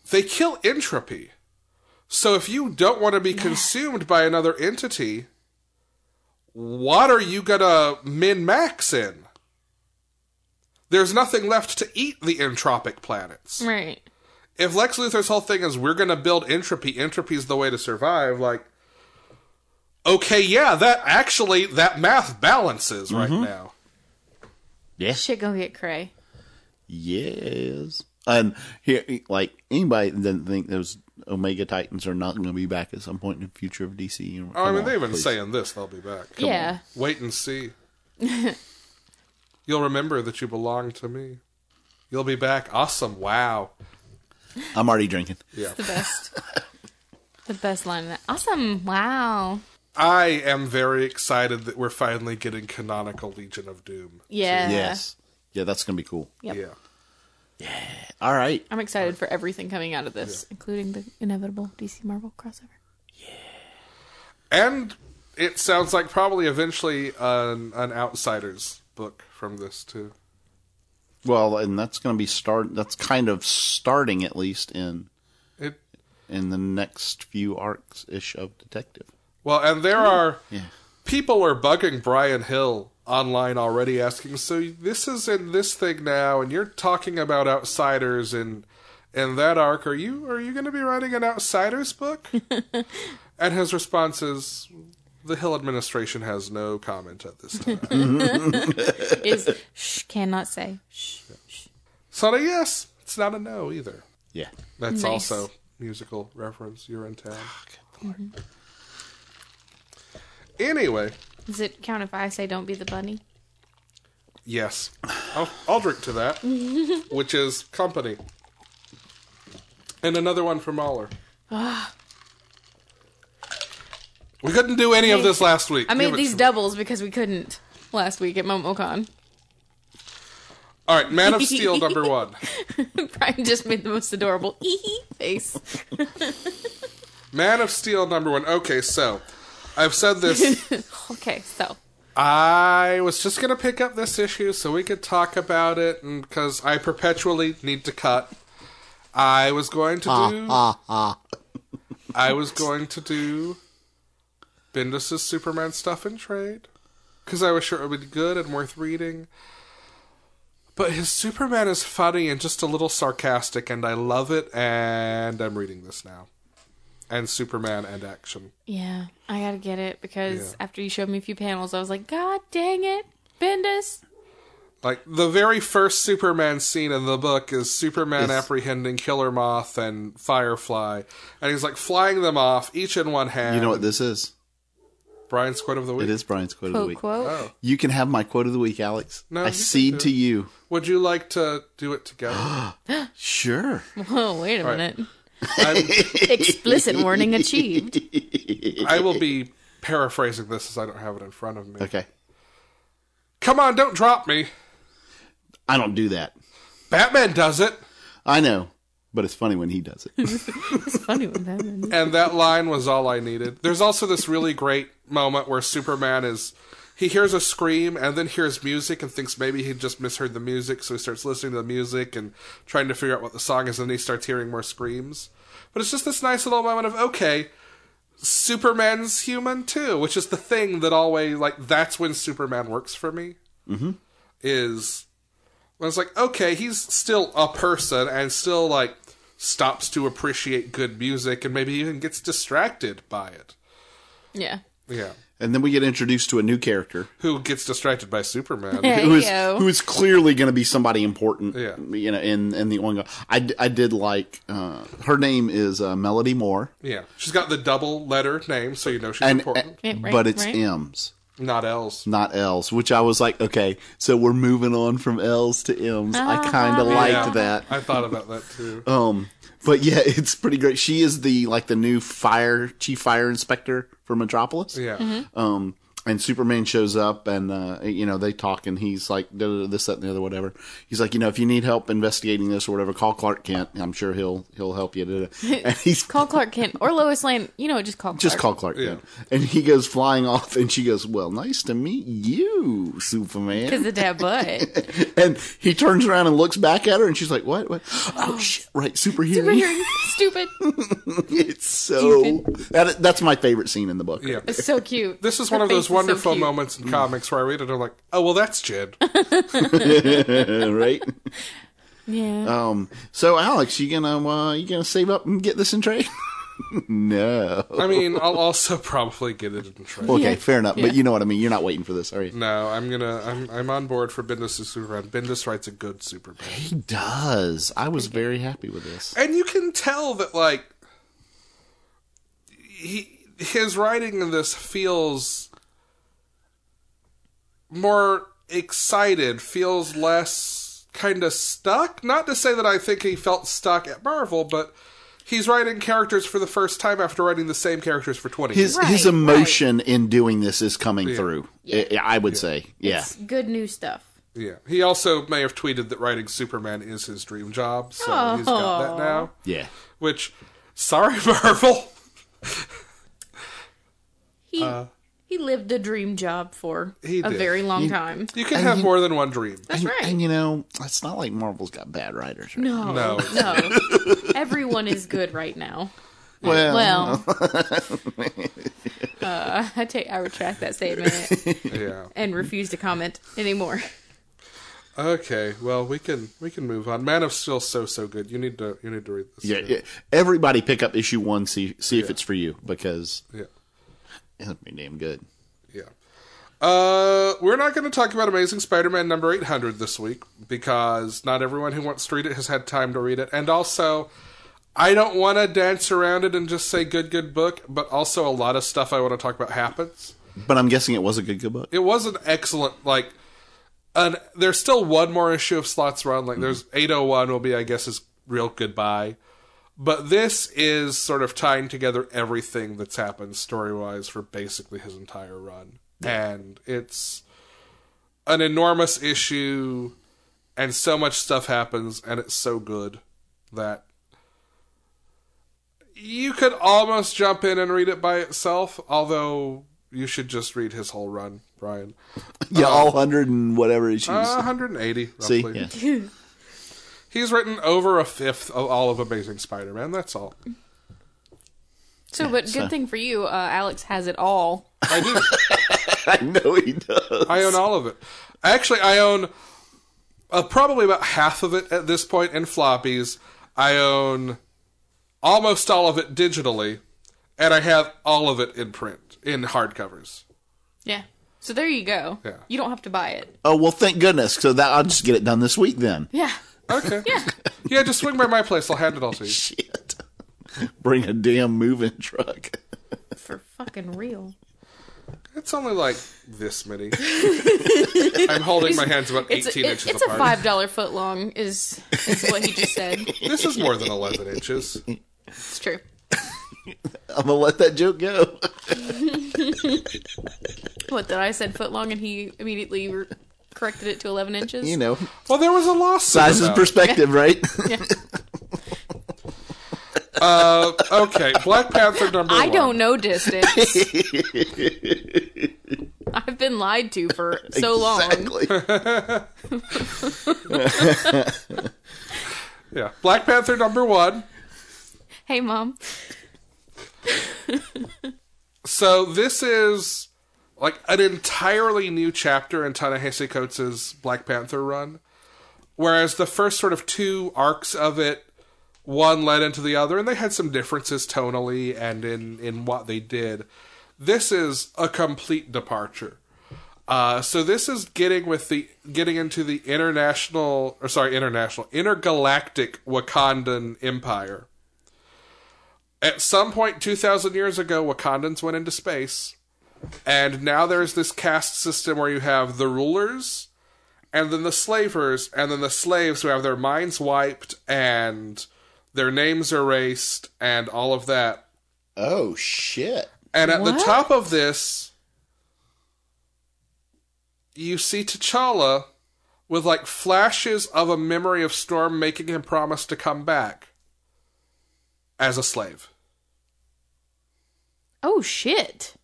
they kill entropy. So if you don't want to be consumed by another entity, what are you gonna min max in? There's nothing left to eat the entropic planets.
Right.
If Lex Luthor's whole thing is we're gonna build entropy, entropy's the way to survive, like okay, yeah, that actually that math balances right
Mm-hmm.
now.
Yes.
Shit gonna get cray.
Yes. And here, like anybody that didn't think those Omega Titans are not going to be back at some point in the future of DC. Universe.
Oh, I
Come
mean
on,
they've been
please.
saying this, they'll be back.
yeah.
Wait and see. You'll remember that you belong to me. You'll be back. Awesome. Wow.
I'm already drinking.
Yeah.
The best. the best line in that. Awesome. Wow.
I am very excited that we're finally getting canonical Legion of Doom.
Yeah.
Yes. Yeah, that's going to be cool.
Yep.
Yeah.
All right.
I'm excited for everything coming out of this, including the inevitable DC Marvel crossover.
And it sounds like probably eventually an, an Outsiders book from this, too.
Well, and that's going to be start. That's kind of starting at least in
It
in the next few arcs ish of Detective.
Well, and there are
Yeah.
people are bugging Brian Hill online already asking, so this is in this thing now, and you're talking about outsiders and and that arc. Are you are you going to be writing an outsiders book? and his response is, the Hill administration has no comment at this time.
Is shh, cannot say. Shh. shh.
so a yes, it's not a no either.
Yeah.
That's
Nice.
also musical reference. You're in town. Mm-hmm. Anyway,
Does it count if I say don't be the bunny?
Yes. I'll, I'll drink to that, which is company. And another one for Mahler. we couldn't do any of this last week.
I
Give
made
it
these
to me.
doubles because we couldn't last week at MomoCon.
All right, Man of Steel number one.
Brian just made the most adorable ee face.
Man of Steel number one. Okay, so I've said this.
Okay, so
I was just going to pick up this issue so we could talk about it, because I perpetually need to cut. I was going to do. I was going to do Bendis' Superman stuff in trade because I was sure it would be good and worth reading. But his Superman is funny and just a little sarcastic, and I love it. And I'm reading this now, and Superman and Action.
yeah, I gotta get it because
Yeah.
after you showed me a few panels, I was like, God dang it, Bendis!
Like the very first Superman scene in the book is Superman apprehending Killer Moth and Firefly, and he's like flying them off each in one hand.
You know what this is?
Brian Squid of the week.
It is Brian's quote of the
Quote
week.
quote.
Oh.
You can have my quote of the week, Alex.
No,
I
you can do
cede to
it.
you.
Would you like to do it together?
Sure.
Oh wait a
right.
minute!
I'm-
Explicit warning achieved.
I will be paraphrasing this as I don't have it in front of me.
Okay.
Come on, don't drop me.
I don't do that.
Batman does it.
I know, but it's funny when he does it.
It's funny when that happens.
And that line was all I needed. There's also this really great moment where Superman is. He hears a scream and then hears music and thinks maybe he just misheard the music, so he starts listening to the music and trying to figure out what the song is, and then he starts hearing more screams. But it's just this nice little moment of, okay, Superman's human too, which is the thing that always like that's when Superman works for me. Mm-hmm. Is when it's like okay, he's still a person and still like stops to appreciate good music and maybe even gets distracted by it.
Yeah.
Yeah,
and then we get introduced to a new character
who gets distracted by Superman?
who is
Heyo.
who is clearly going to be somebody important.
Yeah.
You know, in in the ongoing. I, d- I did like uh, her name is uh, Melody Moore,
yeah, she's got the double letter name, so you know she's
and, uh,
important.
Right, right,
but it's
right.
M's.
Not L's.
not L's, which I was like, okay, so we're moving on from L's to M's.
Ah,
I kind of
Yeah,
liked that.
I thought about that too.
Um, but yeah, it's pretty great. She is the like the new fire chief fire inspector for Metropolis.
Mm-hmm.
yeah.
Um, and Superman shows up, and uh, you know they talk, and he's like "Da, da, da, this, that, and the other, whatever. He's like, you know, if you need help investigating this or whatever, call Clark Kent. I'm sure he'll he'll help you. Da, da. And he's
Call Clark Kent or Lois Lane. You know, just call Clark.
just call Clark Kent, and he goes flying off, and she goes, "Well, nice to meet you, Superman."
Because of that butt.
and he turns around and looks back at her, and she's like, "What? What? Oh, shit! Right, super hearing.
Superhero. Stupid.
it's so that, that's my favorite scene in the book.
Yeah.
It's so cute.
This is
Her
one of
face
those
so
wonderful
cute.
moments in comics where I read it and I'm like, oh, well, that's Jid.
right.
Yeah.
Uh,
Um. So, Alex, you gonna uh, you gonna save up and get this in trade? no.
I mean, I'll also probably get it in trade.
Okay,
Yeah.
fair enough.
Yeah.
But you know what I mean. You're not waiting for this, are you?
No, I'm gonna. I'm I'm on board for Bendis' Superman. Bendis writes a good Superman,
He does. I was very happy with this.
and you can tell that like he his writing in this feels more excited, feels less kind of stuck. Not to say that I think he felt stuck at Marvel, but he's writing characters for the first time after writing the same characters for twenty. years.
His
Right,
his emotion in doing this is coming through.
Yeah.
I, I would say, yeah.
It's good new stuff.
Yeah. He also may have tweeted that writing Superman is his dream job, so he's got that now.
Yeah.
Which, sorry, Marvel.
He he lived a dream job for
Uh, He
a
did.
very long time.
You can have more than one dream.
That's
And,
right.
and you know, it's not like Marvel's got bad writers. Right?
no,
No.
no, Everyone is good right now.
Well,
Well, uh, I take I retract that statement
Yeah.
and refuse to comment anymore.
Okay. Well, we can we can move on. Man of Steel's so so good. You need to you need to read this.
yeah, yeah. Everybody pick up issue one. See see if it's for you because
Yeah.
it'll be damn good.
Yeah. Uh, we're not going to talk about Amazing Spider-Man number 800 this week because not everyone who wants to read it has had time to read it, and also I don't want to dance around it and just say good good book, but also a lot of stuff I want to talk about happens.
But I'm guessing it was a good good book.
It was an excellent like. An, there's still one more issue of slots run. Like there's 801 will be, I guess, is real goodbye. But this is sort of tying together everything that's happened story wise for basically his entire run. And it's an enormous issue, and so much stuff happens, and it's so good that you could almost jump in and read it by itself, although you should just read his whole run, Brian.
Yeah, oh. all hundred and whatever issues.
Uh, 180,
see,
roughly.
yeah.
He's written over a fifth of all of Amazing Spider Man, that's all.
So, but good thing for you, uh, Alex has it all.
I do.
I know he does.
I own all of it. Actually, I own uh, probably about half of it at this point in floppies. I own almost all of it digitally, and I have all of it in print, in hardcovers.
Yeah. So there you go.
Yeah.
You don't have to buy it.
Oh well, thank goodness. So that I'll just get it done this week then.
Yeah.
Okay. Yeah. Yeah, just swing by my place. I'll hand it all to you.
Shit. Bring a damn moving truck.
For fucking real.
It's only like this many. I'm holding my hands about 18
It's a,
inches
it- it's a
apart.
five dollar foot long is is what he just said.
This is more than 11 inches.
It's true.
I'm gonna let that joke go.
What that I said foot long and he immediately re- corrected it to eleven inches.
You know,
Well, there was a lawsuit.
size is
about it.
perspective, right?
Uh, okay, Black Panther number
I
one.
don't know distance. I've been lied to for so long.
exactly.
Yeah. Black Panther number one.
Hey, mom.
So this is like an entirely new chapter in Ta-Nehisi Coates' Black Panther run, whereas the first sort of two arcs of it, one led into the other, and they had some differences tonally and in in what they did. This is a complete departure. Uh, so this is getting with the getting into the international or sorry international intergalactic Wakandan empire. At some point 2,000 years ago, Wakandans went into space. And now there's this caste system where you have the rulers, and then the slavers, and then the slaves who have their minds wiped and their names erased and all of that.
Oh shit!
And at the
What?
top of this, you see T'Challa with like flashes of a memory of Storm making him promise to come back as a slave.
Oh shit.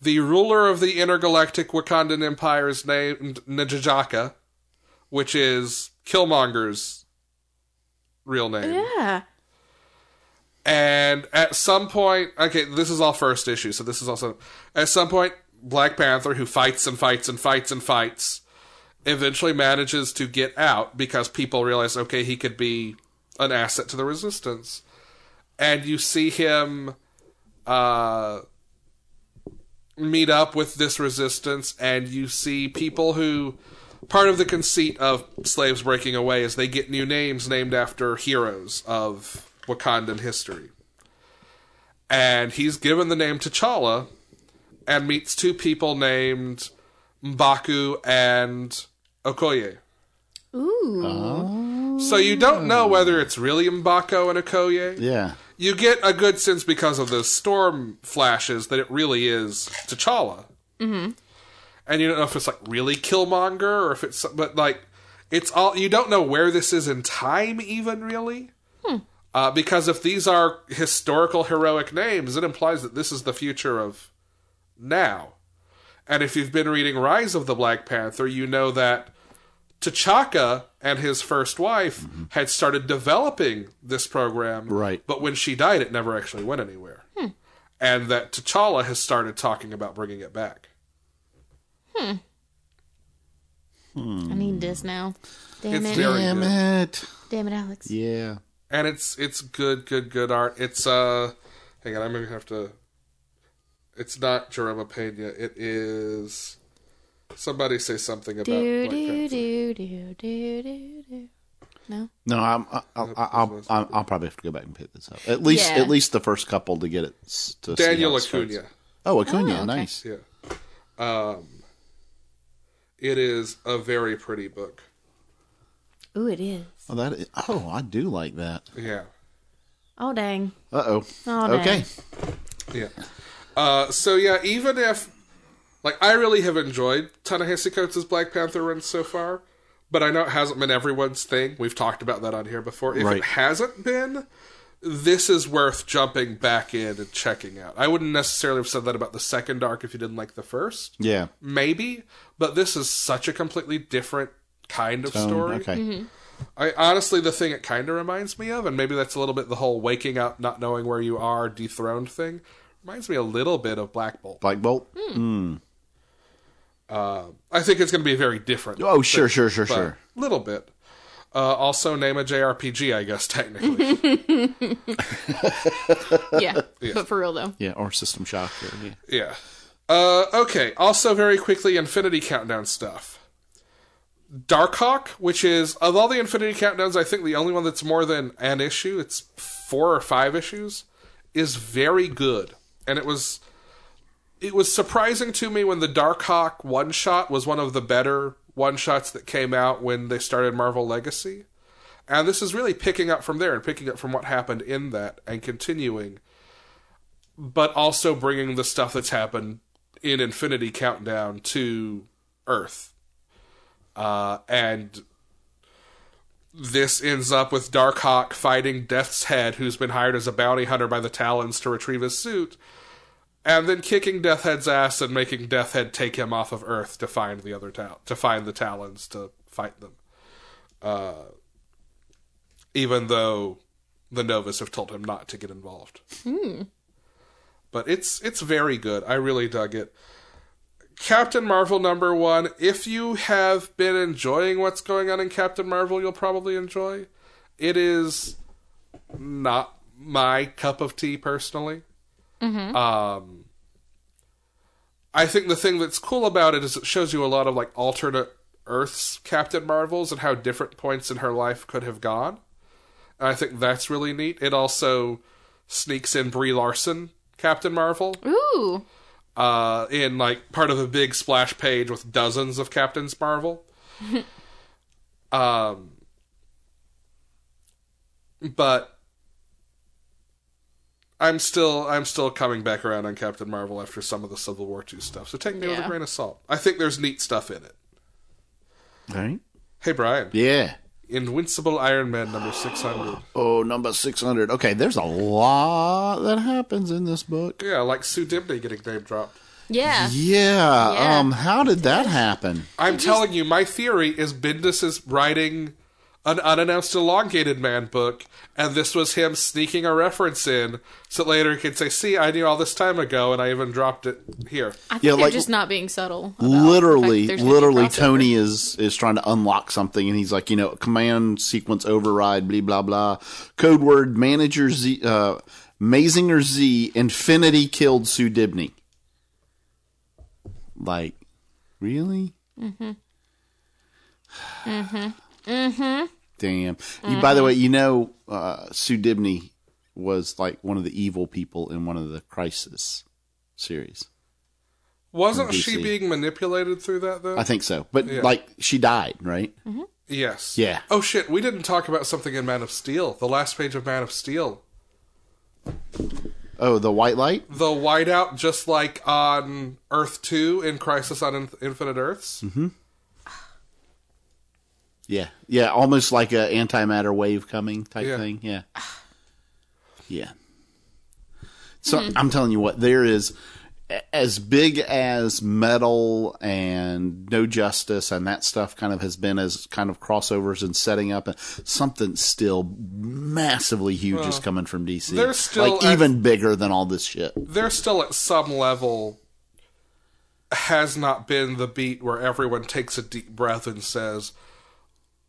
The ruler of the intergalactic Wakandan Empire is named Njajaka, which is Killmonger's real name.
Yeah.
And at some point, okay, this is all first issue, so this is also at some point Black Panther, who fights and fights and fights and fights, eventually manages to get out because people realize, okay, he could be an asset to the resistance. And you see him uh, meet up with this resistance, and you see people who. Part of the conceit of slaves breaking away is they get new names named after heroes of Wakandan history. And he's given the name T'Challa and meets two people named Mbaku and Okoye.
Ooh.
So you don't know whether it's really Mbako and Okoye.
Yeah.
You get a good sense because of those storm flashes that it really is T'Challa. Mm-hmm. And you don't know if it's like really Killmonger or if it's, but like, it's all, you don't know where this is in time even really. Uh, because if these are historical heroic names, it implies that this is the future of now. And if you've been reading Rise of the Black Panther, you know that T'Chaka and his first wife had started developing this program.
Right.
But when she died, it never actually went anywhere.
Hmm.
And that T'Challa has started talking about bringing it back.
I need this now. Damn
It's
it.
very-
Damn it.
Damn it, Alex.
Yeah.
And it's it's good, good, good art. It's uh, hang on, I'm gonna have to. It's not Jerome Pena. It is somebody say something about.
Do
Black
do
Panther.
do do do do do. No.
No, I'm, I- I'll, I'll, I'll, I'll probably have to go back and pick this up. At least,
Yeah.
at least the first couple to get it. s- To see how
Daniel
it starts.
Acuna.
Oh, Acuna,
Oh, okay.
nice.
Yeah. Um, it is a very pretty book.
Ooh, it is.
Oh, that. Is, oh, I do like that.
Yeah.
Oh dang.
Uh oh.
Oh, dang.
okay.
Yeah. Uh, so yeah, even if like I really have enjoyed Ta-Nehisi Coates' Black Panther run so far, but I know it hasn't been everyone's thing. We've talked about that on here before. If
Right.
it hasn't been, this is worth jumping back in and checking out. I wouldn't necessarily have said that about the second arc if you didn't like the first.
Yeah.
Maybe, but this is such a completely different kind of
Um,
story.
okay.
Mm-hmm.
I honestly, the thing it kind of reminds me of, and maybe that's a little bit the whole waking up, not knowing where you are, dethroned thing, reminds me a little bit of Black Bolt.
Black Bolt.
I think it's going to be very different.
Oh, sure, sure, sure,
but
sure.
little bit. Uh, also, name a JRPG, I guess technically.
Yeah. But for real though.
Yeah, or System Shock. or- yeah.
yeah. Uh, okay. Also, very quickly, Infinity Countdown stuff. Darkhawk, which is of all the Infinity Countdowns, I think the only one that's more than an issue, it's four or five issues, is very good. And it was it was surprising to me when the Darkhawk one shot was one of the better one shots that came out when they started Marvel Legacy. And this is really picking up from there and picking up from what happened in that and continuing, but also bringing the stuff that's happened in Infinity Countdown to Earth uh, and this ends up with Darkhawk fighting Death's Head, who's been hired as a bounty hunter by the Talons to retrieve his suit, and then kicking Death Head's ass and making Death Head take him off of Earth to find the other tal- to find the Talons to fight them. Uh, even though the Novas have told him not to get involved. But it's it's very good. I really dug it. Captain Marvel number one. If you have been enjoying what's going on in Captain Marvel, you'll probably enjoy. It is not my cup of tea personally. Um, I think the thing that's cool about it is it shows you a lot of like alternate Earths Captain Marvels and how different points in her life could have gone. And I think that's really neat. It also sneaks in Brie Larson Captain Marvel
Ooh.
uh, in like part of a big splash page with dozens of Captain's Marvel. um, but I'm still I'm still coming back around on Captain Marvel after some of the Civil War two stuff. So take me with a
Yeah.
grain of salt. I think there's neat stuff in it.
All right.
Hey Brian,
Yeah.
Invincible Iron Man number six hundred.
Oh, number 600. Okay, there's a lot that happens in this book.
Yeah, like Sue Dibney getting name dropped.
Yeah.
Yeah.
Yeah.
Um, how did that happen?
I'm telling you, my theory is Bendis is writing an unannounced elongated man book, and this was him sneaking a reference in so that later he could say, "See, I knew all this time ago, and I even dropped it here."
I think
Yeah,
they're
like-
just not being subtle. about
literally,
the fact that there's gonna be
literally,
crossover.
Tony is is trying to unlock something, and he's like, you know, command sequence override, blah blah blah, code word manager Z, uh, Mazinger Z, Infinity killed Sue Dibney. Like, really? Mm-hmm. Mm-hmm. Damn. You, by the way, you know, uh, Sue Dibney was like one of the evil people in one of the Crisis series.
Wasn't
From
she
DC.
being manipulated through that though?
I think so. But like she died, right?
yes.
Yeah.
Oh shit, we didn't talk about something in Man of Steel. The last page of Man of Steel.
Oh, the white light?
The whiteout, just like on Earth Two in Crisis on In- Infinite Earths.
Yeah. Yeah, almost like a antimatter wave coming type
Yeah.
thing. Yeah. Yeah. So I'm telling you what, there is a- as big as metal and no justice and that stuff kind of has been as kind of crossovers and setting up and something still massively huge is coming from DC.
there's still
like
a-
even bigger than all this shit.
there still at some level has not been the beat where everyone takes a deep breath and says,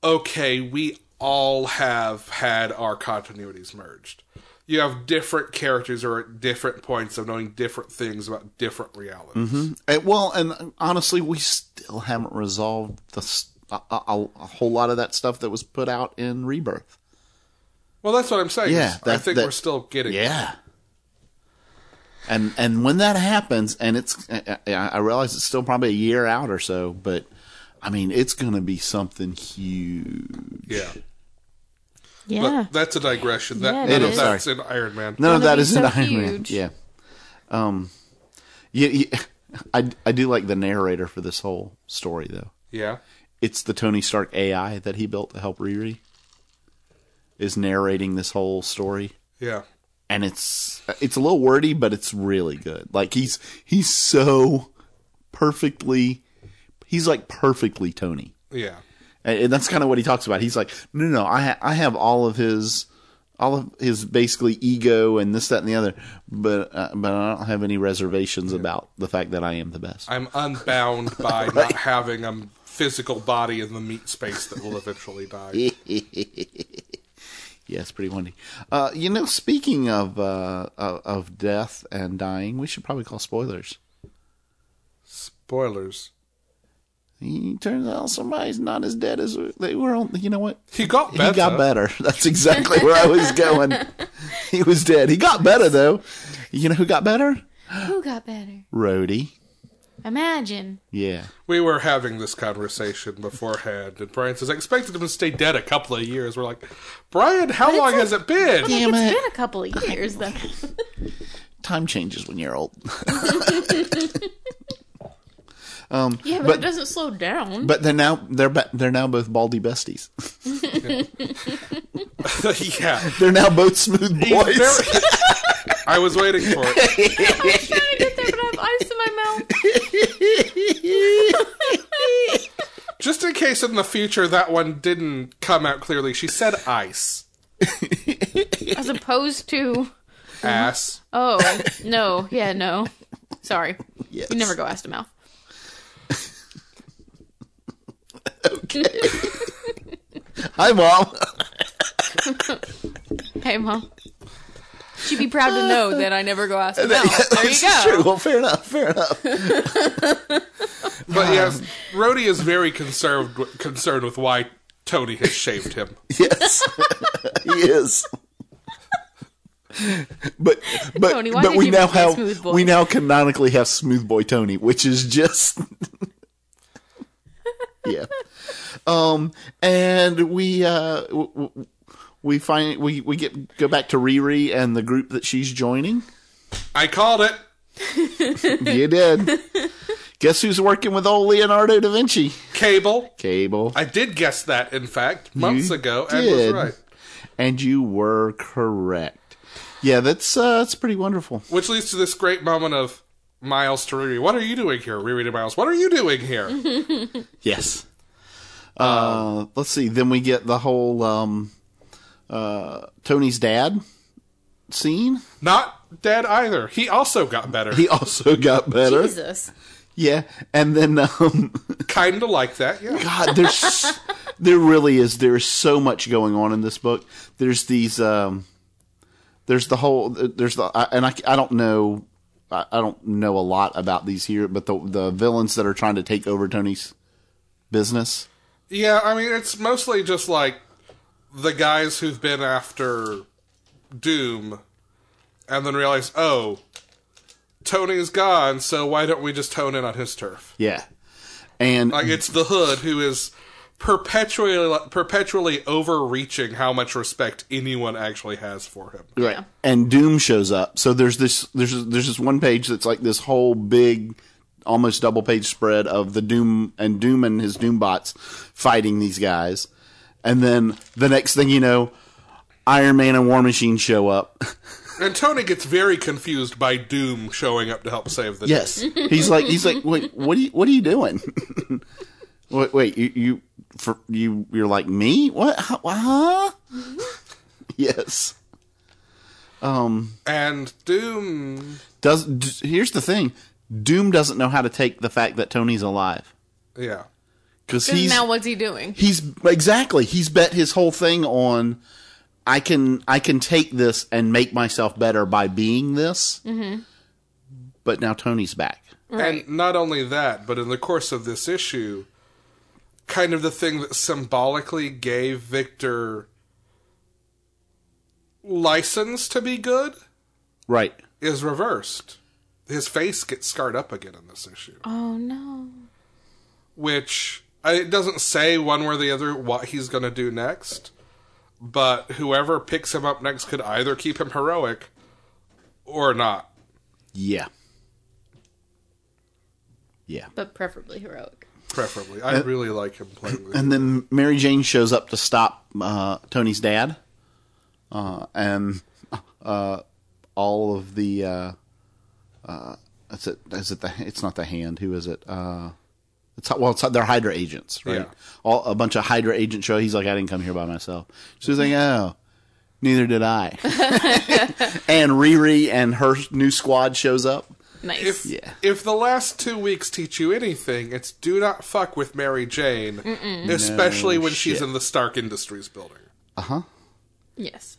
okay, we all have had our continuities merged. You have different characters who are at different points of knowing different things about different realities.
And- well, and uh, honestly, we still haven't resolved the s- a, a- a whole lot of that stuff that was put out in Rebirth.
Well, that's what I'm saying. is
Yeah,
I
that-
think
that-
we're still getting.
Yeah. And and when that happens, and it's I, I I realize it's still probably a year out or so, but I mean, it's going to be something huge.
Yeah. But
Yeah.
that's a digression. That,
Yeah,
none
it
of
is.
that's in Iron Man.
None of
Gonna
that
be
is in
so
Iron Man.
huge.
Yeah. Um. Yeah. yeah I I do like the narrator for this whole story though.
Yeah.
it's the Tony Stark AI that he built to help Riri is narrating this whole story
Yeah.
and it's it's a little wordy but it's really good. Like he's he's so perfectly he's like perfectly Tony.
Yeah.
And and that's kind of what he talks about. He's like, no, no, no, I ha- I have all of his, all of his basically ego and this, that, and the other, but uh, but I don't have any reservations about the fact that I am the best.
I'm unbound by not having a physical body in the meat space that will eventually die.
Yeah, it's pretty windy. Uh, you know, speaking of uh, of- of death and dying, we should probably call spoilers.
Spoilers.
He turns out somebody's not as dead as they were. On, you know what?
He got better.
He got better. That's exactly where I was going. he was dead. He got better though. You know who got better?
Who got better?
Rhodey.
Imagine.
Yeah.
We were having this conversation beforehand, and Brian says, I expected him to stay dead a couple of years. We're like, Brian, how long has it been?
Damn
It's
it.
been a couple of years though.
Time changes when you're old.
Yeah, but,
But-
it doesn't slow down.
But they're now they're ba- they're now both baldy besties.
yeah.
They're now both smooth boys.
Very- I was waiting for it.
I was trying to get there, but I have ice in my mouth.
Just in case in the future that one didn't come out clearly, she said ice.
As opposed to,
Ass.
oh no, yeah, no. Sorry,
Yes.
we never go ass to mouth.
Hi, mom.
Hey, mom. She'd be proud to know that I never go ass to mouth. There you
This is
go.
true. Well, fair enough. Fair enough.
But yes, Rhodey is very concerned, concerned with why Tony has shaved him.
Yes, he is. But but
Tony, why
but
did
we
you
now
make me a
have
smooth boy?
we now canonically have Smooth Boy Tony, which is just yeah. Um, and we uh w- w- we find we we get go back to Riri and the group that she's joining.
I called it.
you did. Guess who's working with old Leonardo da Vinci?
Cable.
Cable.
I did guess that, in fact, months
You
ago, and was
did.
right.
And you were correct. Yeah, that's uh, that's pretty wonderful.
Which leads to this great moment of Miles to Riri. What are you doing here, Riri to Miles? What are you doing here?
Yes. Uh, let's see. Then we get the whole um, uh, Tony's dad scene.
Not dead either. He also got better.
He also got better.
Jesus.
Yeah, and then um,
kind of like that, yeah.
God, there's there really is there's so much going on in this book. There's these um, there's the whole there's the I- and I, I don't know I, I don't know a lot about these here, but the the villains that are trying to take over Tony's business.
Yeah, I mean, it's mostly just like the guys who've been after Doom and then realize, oh, Tony's gone, so why don't we just tone in on his turf?
Yeah, and
Like, it's the Hood who is perpetually perpetually overreaching how much respect anyone actually has for him.
Right. And Doom shows up. So there's this there's there's this one page that's like this whole big almost double page spread of the Doom and Doom and his Doom bots fighting these guys. And then the next thing you know, Iron Man and War Machine show up.
And Tony gets very confused by Doom showing up to help save the day.
yes. He's like he's like, "Wait, what are you what are you doing?" wait, wait, you you for, you you're like me? What? Huh? Huh? yes.
And Doom,
Does d- here's the thing, Doom doesn't know how to take the fact that Tony's alive
yeah.
because
Then
he's
now what's he doing?
he's exactly he's bet his whole thing on I can I can take this and make myself better by being this. Mm-hmm. But now Tony's back.
Right.
And not only that, but in the course of this issue, kind of the thing that symbolically gave Victor license to be good
Right.
is reversed. His face gets scarred up again in this issue,
Oh no.
which I- it doesn't say one way or the other what he's going to do next. But whoever picks him up next could either keep him heroic or not.
Yeah. Yeah.
But preferably heroic.
Preferably, I really like him playing with.
And then Mary Jane shows up to stop uh, Tony's dad, uh, and uh, all of the. Uh, uh, is it? Is it the? It's not the hand. Who is it? Uh, it's well, it's, they're Hydra agents, right?
Yeah.
All a bunch of Hydra agents show. He's like, I didn't come here by myself. She's like, oh, neither did I. and Riri and her new squad shows up.
Nice.
If
Yeah.
if the last two weeks teach you anything, it's do not fuck with Mary Jane, especially
No
when she's
shit.
in the Stark Industries building.
yes.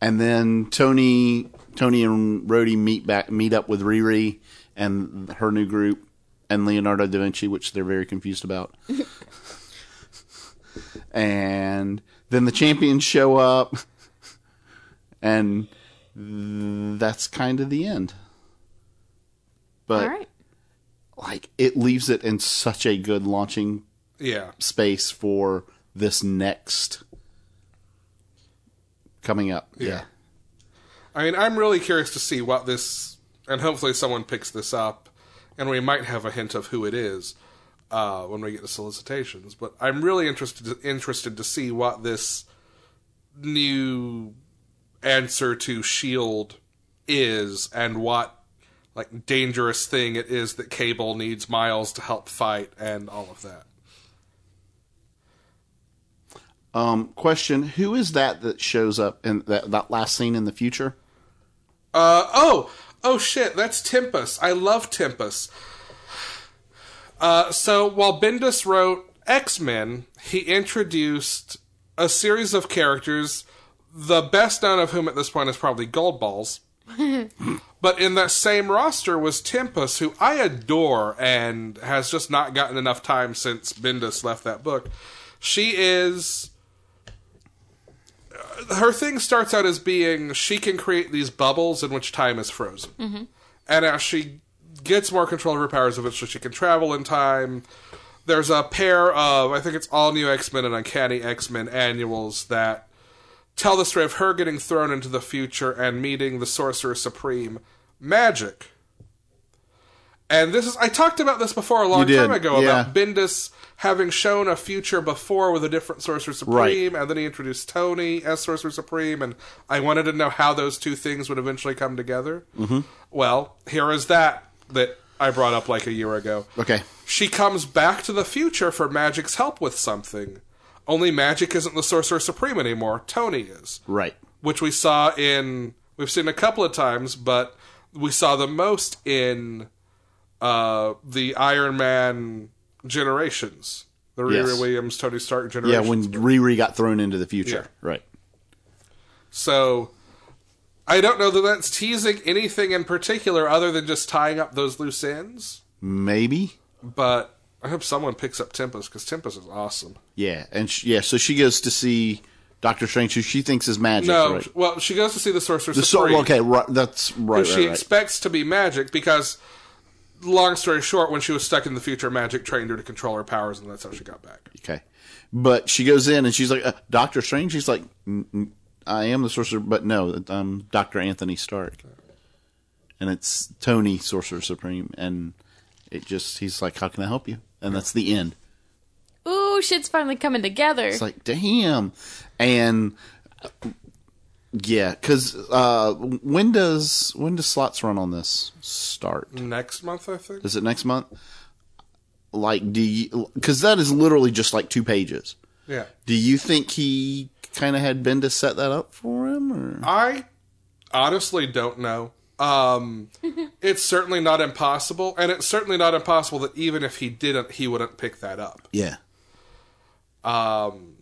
and then Tony, Tony and Rhodey meet back, meet up with Riri and her new group, and Leonardo da Vinci, which they're very confused about. and then the champions show up, and that's kind of the end. But
All right.
like, it leaves it in such a good launching
Yeah,
space for this next coming up. yeah.
I mean, I'm really curious to see what this, and hopefully someone picks this up, and we might have a hint of who it is uh, when we get the solicitations. But I'm really interested interested to see what this new answer to Shield E is, and what like dangerous thing it is that Cable needs Miles to help fight, and all of that.
Um, question: Who is that that shows up in that, that last scene in the future?
Uh, oh, oh shit, that's Tempest. I love Tempest. Uh, so while Bendis wrote X Men, he introduced a series of characters, the best known of whom at this point is probably Gold Balls. but in that same roster was Tempest, who I adore and has just not gotten enough time since Bendis left that book. She is her thing starts out as being she can create these bubbles in which time is frozen. And as she gets more control of her powers, eventually she can travel in time. there's a pair of I think it's all new X Men and Uncanny X Men annuals that tell the story of her getting thrown into the future and meeting the Sorcerer Supreme, Magic. And this is I talked about this before a long
You did,
time ago
yeah.
about Bendis having shown a future before with a different Sorcerer Supreme, and then he introduced Tony as Sorcerer Supreme, and I wanted to know how those two things would eventually come together. Mm-hmm. Well, here is that that I brought up like a year ago.
Okay.
She comes back to the future for Magic's help with something. Only Magic isn't the Sorcerer Supreme anymore. Tony is.
Right.
Which we saw in. We've seen a couple of times, but we saw the most in uh, the Iron Man generations. The Riri
Yes.
Williams, Tony Stark
Yeah,
generation.
when Riri got thrown into the future.
Yeah.
Right.
So I don't know that that's teasing anything in particular other than just tying up those loose ends,
Maybe.
but I hope someone picks up Tempest because Tempest is awesome.
Yeah, and sh yeah, so she goes to see Doctor Strange, who she thinks is magic.
No,
right?
well, she goes to see the Sorcerer
The so,
Supreme.
okay, right, that's
who
right.
she
right, right.
expects to be magic because, long story short, when she was stuck in the future, magic trained her to control her powers, and that's how she got back.
Okay, but she goes in and she's like, uh, Doctor Strange. She's like, "N- n- I am the sorcerer, but no, I'm Doctor Anthony Stark, and it's Tony Sorcerer Supreme, and it just he's like, how can I help you? And that's the end.
Ooh, shit's finally coming together.
It's like, damn, and uh, yeah, because uh, when does when does slots run on this start?
Next month, I think.
Is it next month? Like, do you? Because that is literally just like two pages.
Yeah,
Do you think he kind of had Bendis set that up for him? Or?
I honestly don't know. Um, it's certainly not impossible, and it's certainly not impossible that even if he didn't, he wouldn't pick that up.
Yeah.
Um,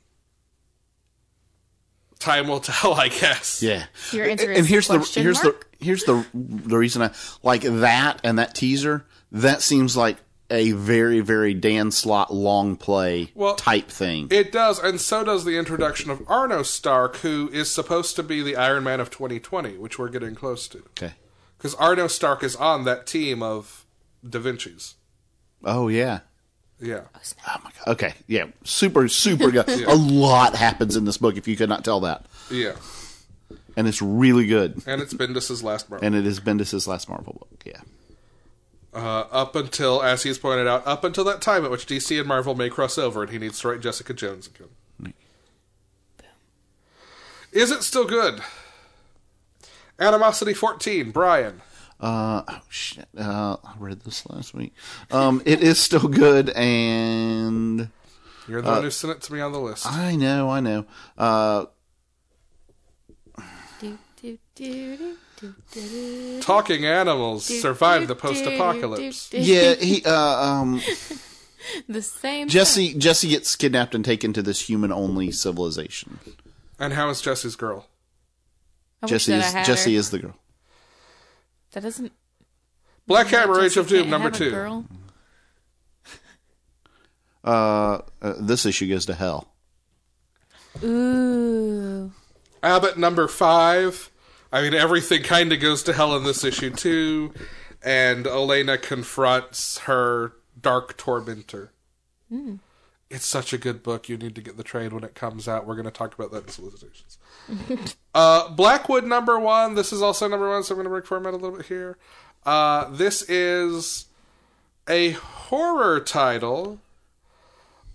time will tell, I guess.
Yeah.
Your
And-
answer
and
is
here's the
question
here's
mark?
the here's the the reason I like that and that teaser. That seems like a very very Dan Slot long play
Well,
type thing.
It does, and so does the introduction of Arno Stark, who is supposed to be the Iron Man of 2020, which we're getting close to.
okay.
Because Arno Stark is on that team of Da Vinci's.
Oh yeah.
Yeah.
Oh my god. Okay. Yeah. Super super good. A lot happens in this book if you could not tell that,
Yeah.
and it's really good.
And it's Bendis' last Marvel.
And it is Bendis' last Marvel book. Yeah.
Uh, up until, as he's pointed out, up until that time at which DC and Marvel may cross over and he needs to write Jessica Jones again. Is it still good? Animosity 14, Brian.
Uh, oh shit. Uh, I read this last week. Um, it is still good, and
You're the one who sent it to me on the list.
I know, I know. Uh,
Do, do, do, do, do, do, do,
Talking animals
do,
survived the
do, do,
post apocalypse.
do, do, do.
yeah, he, uh, um,
The same.
Jesse, Jesse gets kidnapped and taken to this human-only civilization.
And how is Jesse's girl?
I wish
Jesse
that
is
I had
Jesse
her.
is the girl.
That doesn't.
Black Hammer Age
Jesse
of Doom,
can't
number
have a
two.
girl.
Uh, uh, this issue goes to hell.
Ooh.
Abbott number five. I mean, everything kind of goes to hell in this issue too, and Elena confronts her dark tormentor. It's such a good book. You need to get the trade when it comes out. We're going to talk about that in solicitations. uh, Blackwood number one. This is also number one, so I'm going to break format a little bit here. Uh, this is a horror title.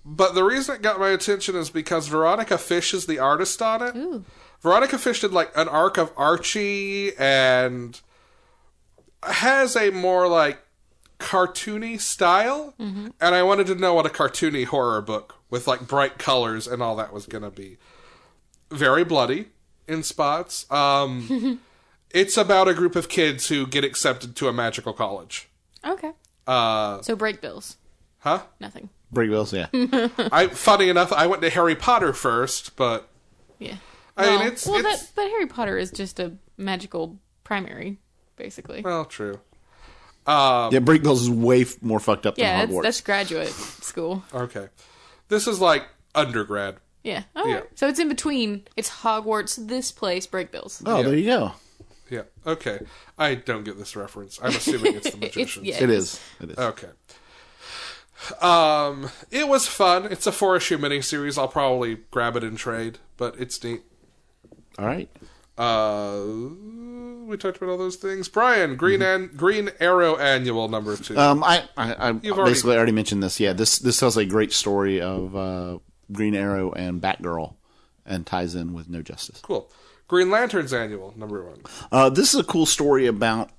But the reason it got my attention is because Veronica Fish is the artist on it.
Ooh.
Veronica Fish did like an arc of Archie and has a more like cartoony style. And I wanted to know what a cartoony horror book with like bright colors and all that was going to be. Very bloody in spots. Um, it's about a group of kids who get accepted to a magical college.
Okay.
Uh,
So break bills.
huh?
Nothing.
Break bills, yeah.
I funny enough, I went to Harry Potter first, but
Yeah.
I mean, it's-
well,
it's-
That, but Harry Potter is just a magical primary, basically.
well, true.
yeah, break bills is way f- more fucked up
yeah,
than
that's,
Hogwarts.
that's graduate school.
Okay, this is like undergrad.
Yeah. All right.
Yeah.
So it's in between. It's Hogwarts, this place, break bills.
oh, there you go.
Yeah. Okay. I don't get this reference. I'm assuming it's the
It's
magician.
yeah.
It is. It is.
Okay. Um, it was fun. It's a four issue miniseries. I'll probably grab it in trade, but it's neat.
All right.
Uh, we talked about all those things. Brian, Green An- Green Arrow Annual number two.
Um, I, I, I basically
already-
already... mentioned this. Yeah, this this tells a great story of uh, Green Arrow and Batgirl, and ties in with No Justice.
cool. Green Lantern's Annual number one.
Uh, this is a cool story about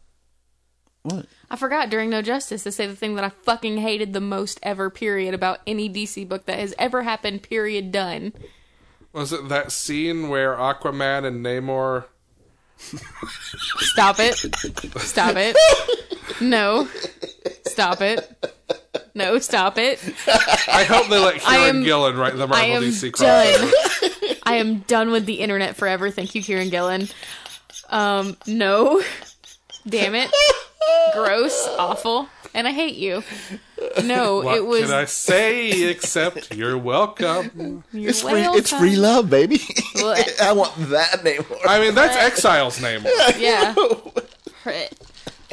what?
I forgot during No Justice to say the thing that I fucking hated the most ever, period, about any DC book that has ever happened, period, done.
Was it that scene where Aquaman and Namor?
Stop it. Stop it. No. Stop it. No, stop it.
I hope they let
I
Kieran
am-
Gillen write the
I
Marvel
am
DC crossover.
done. I am done with the internet forever. Thank you, Kieran Gillen. Um, no. Damn it. Gross. Awful. And I hate you. No,
What
it was.
can I say except you're welcome?
You're
It's free, it's
welcome.
free love, baby.
Blech.
I want that name.
I mean, that's Exile's Namor.
Yeah. Crit.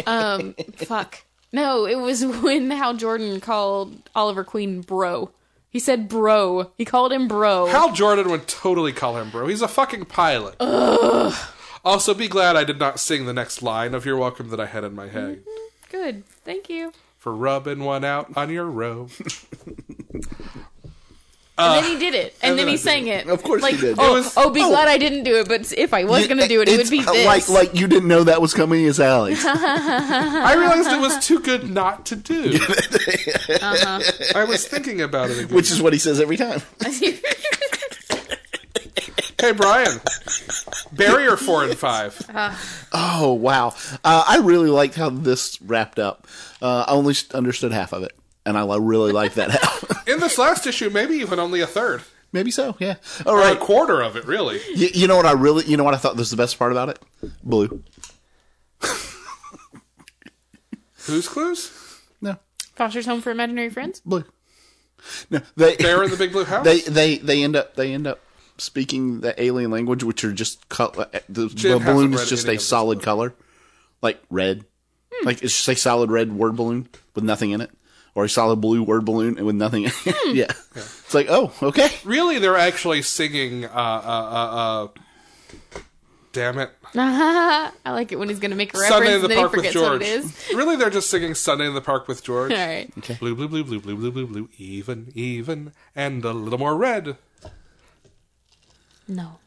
Um, fuck. No, it was when Hal Jordan called Oliver Queen bro. He said bro. He called him bro.
Hal Jordan would totally call him bro. He's a fucking pilot. Also, be glad I did not sing the next line of "You're Welcome" that I had in my head
Good. Thank you.
for rubbing one out on your robe. Uh,
And then he did it. And, then,
then I
he
did
sang it.
Of course
like,
he did.
Oh,
It was-
oh, be glad I didn't do it, but if I was going to do it, it would be
uh,
this.
Like, like you didn't know that was coming is Alex.
I realized it was too good not to do.
Uh-huh.
I was thinking about it again.
which is what he says every time.
Hey, Brian. Barrier four and five.
Oh wow! Uh, I really liked how this wrapped up. Uh, I only s- understood half of it, and I li- really liked that half.
In this last issue, maybe even only a third.
Maybe so. Yeah. All
Or a
right.
quarter of it, really.
Y- you know what I really? You know what I thought was the best part about it? Blue.
Who's clues?
No,
Foster's Home for Imaginary Friends?
blue. No, they
Bear in the Big Blue House?
they they they end up they end up speaking the alien language, which are just co- uh, the the
hasn't
balloon is
read
just
any
a
of this
solid color, like red, like it's just a solid red word balloon with nothing in it, or a solid blue word balloon and with nothing. In it. yeah. it's like oh okay.
really, they're actually singing, uh, uh, uh, uh, damn it.
Uh, I like it when he's going to make a reference
Sunday in
and
the
then he
Park with
forgets what
George.
it is.
Really, they're just singing Sunday in the Park with George.
All right.
Blue, blue, blue, blue, blue, blue, blue, blue, even, even, and a little more red.
No.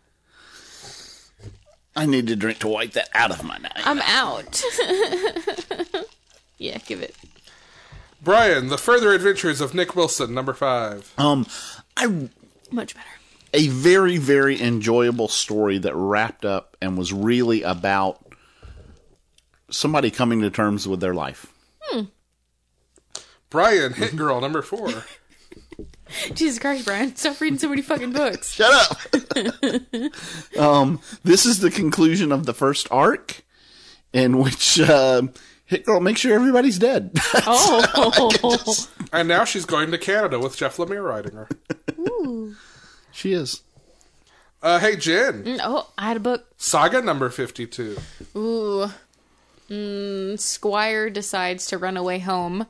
I need to drink to wipe that out of my night.
I'm out. yeah, give it.
Brian, The Further Adventures of Nick Wilson, number five.
Um, I
Much better.
a very very enjoyable story that wrapped up and was really about somebody coming to terms with their life.
Brian, Hit Girl, number four.
Jesus Christ, Brian. Stop reading so many fucking books.
Shut up. um, this is the conclusion of the first arc, in which um Hit Girl makes sure everybody's dead.
Oh,
And now she's going to Canada with Jeff Lemire riding her.
she is.
Uh, hey, Jen.
oh! I had a book.
Saga number 52.
Ooh, mm, Squire decides to run away home,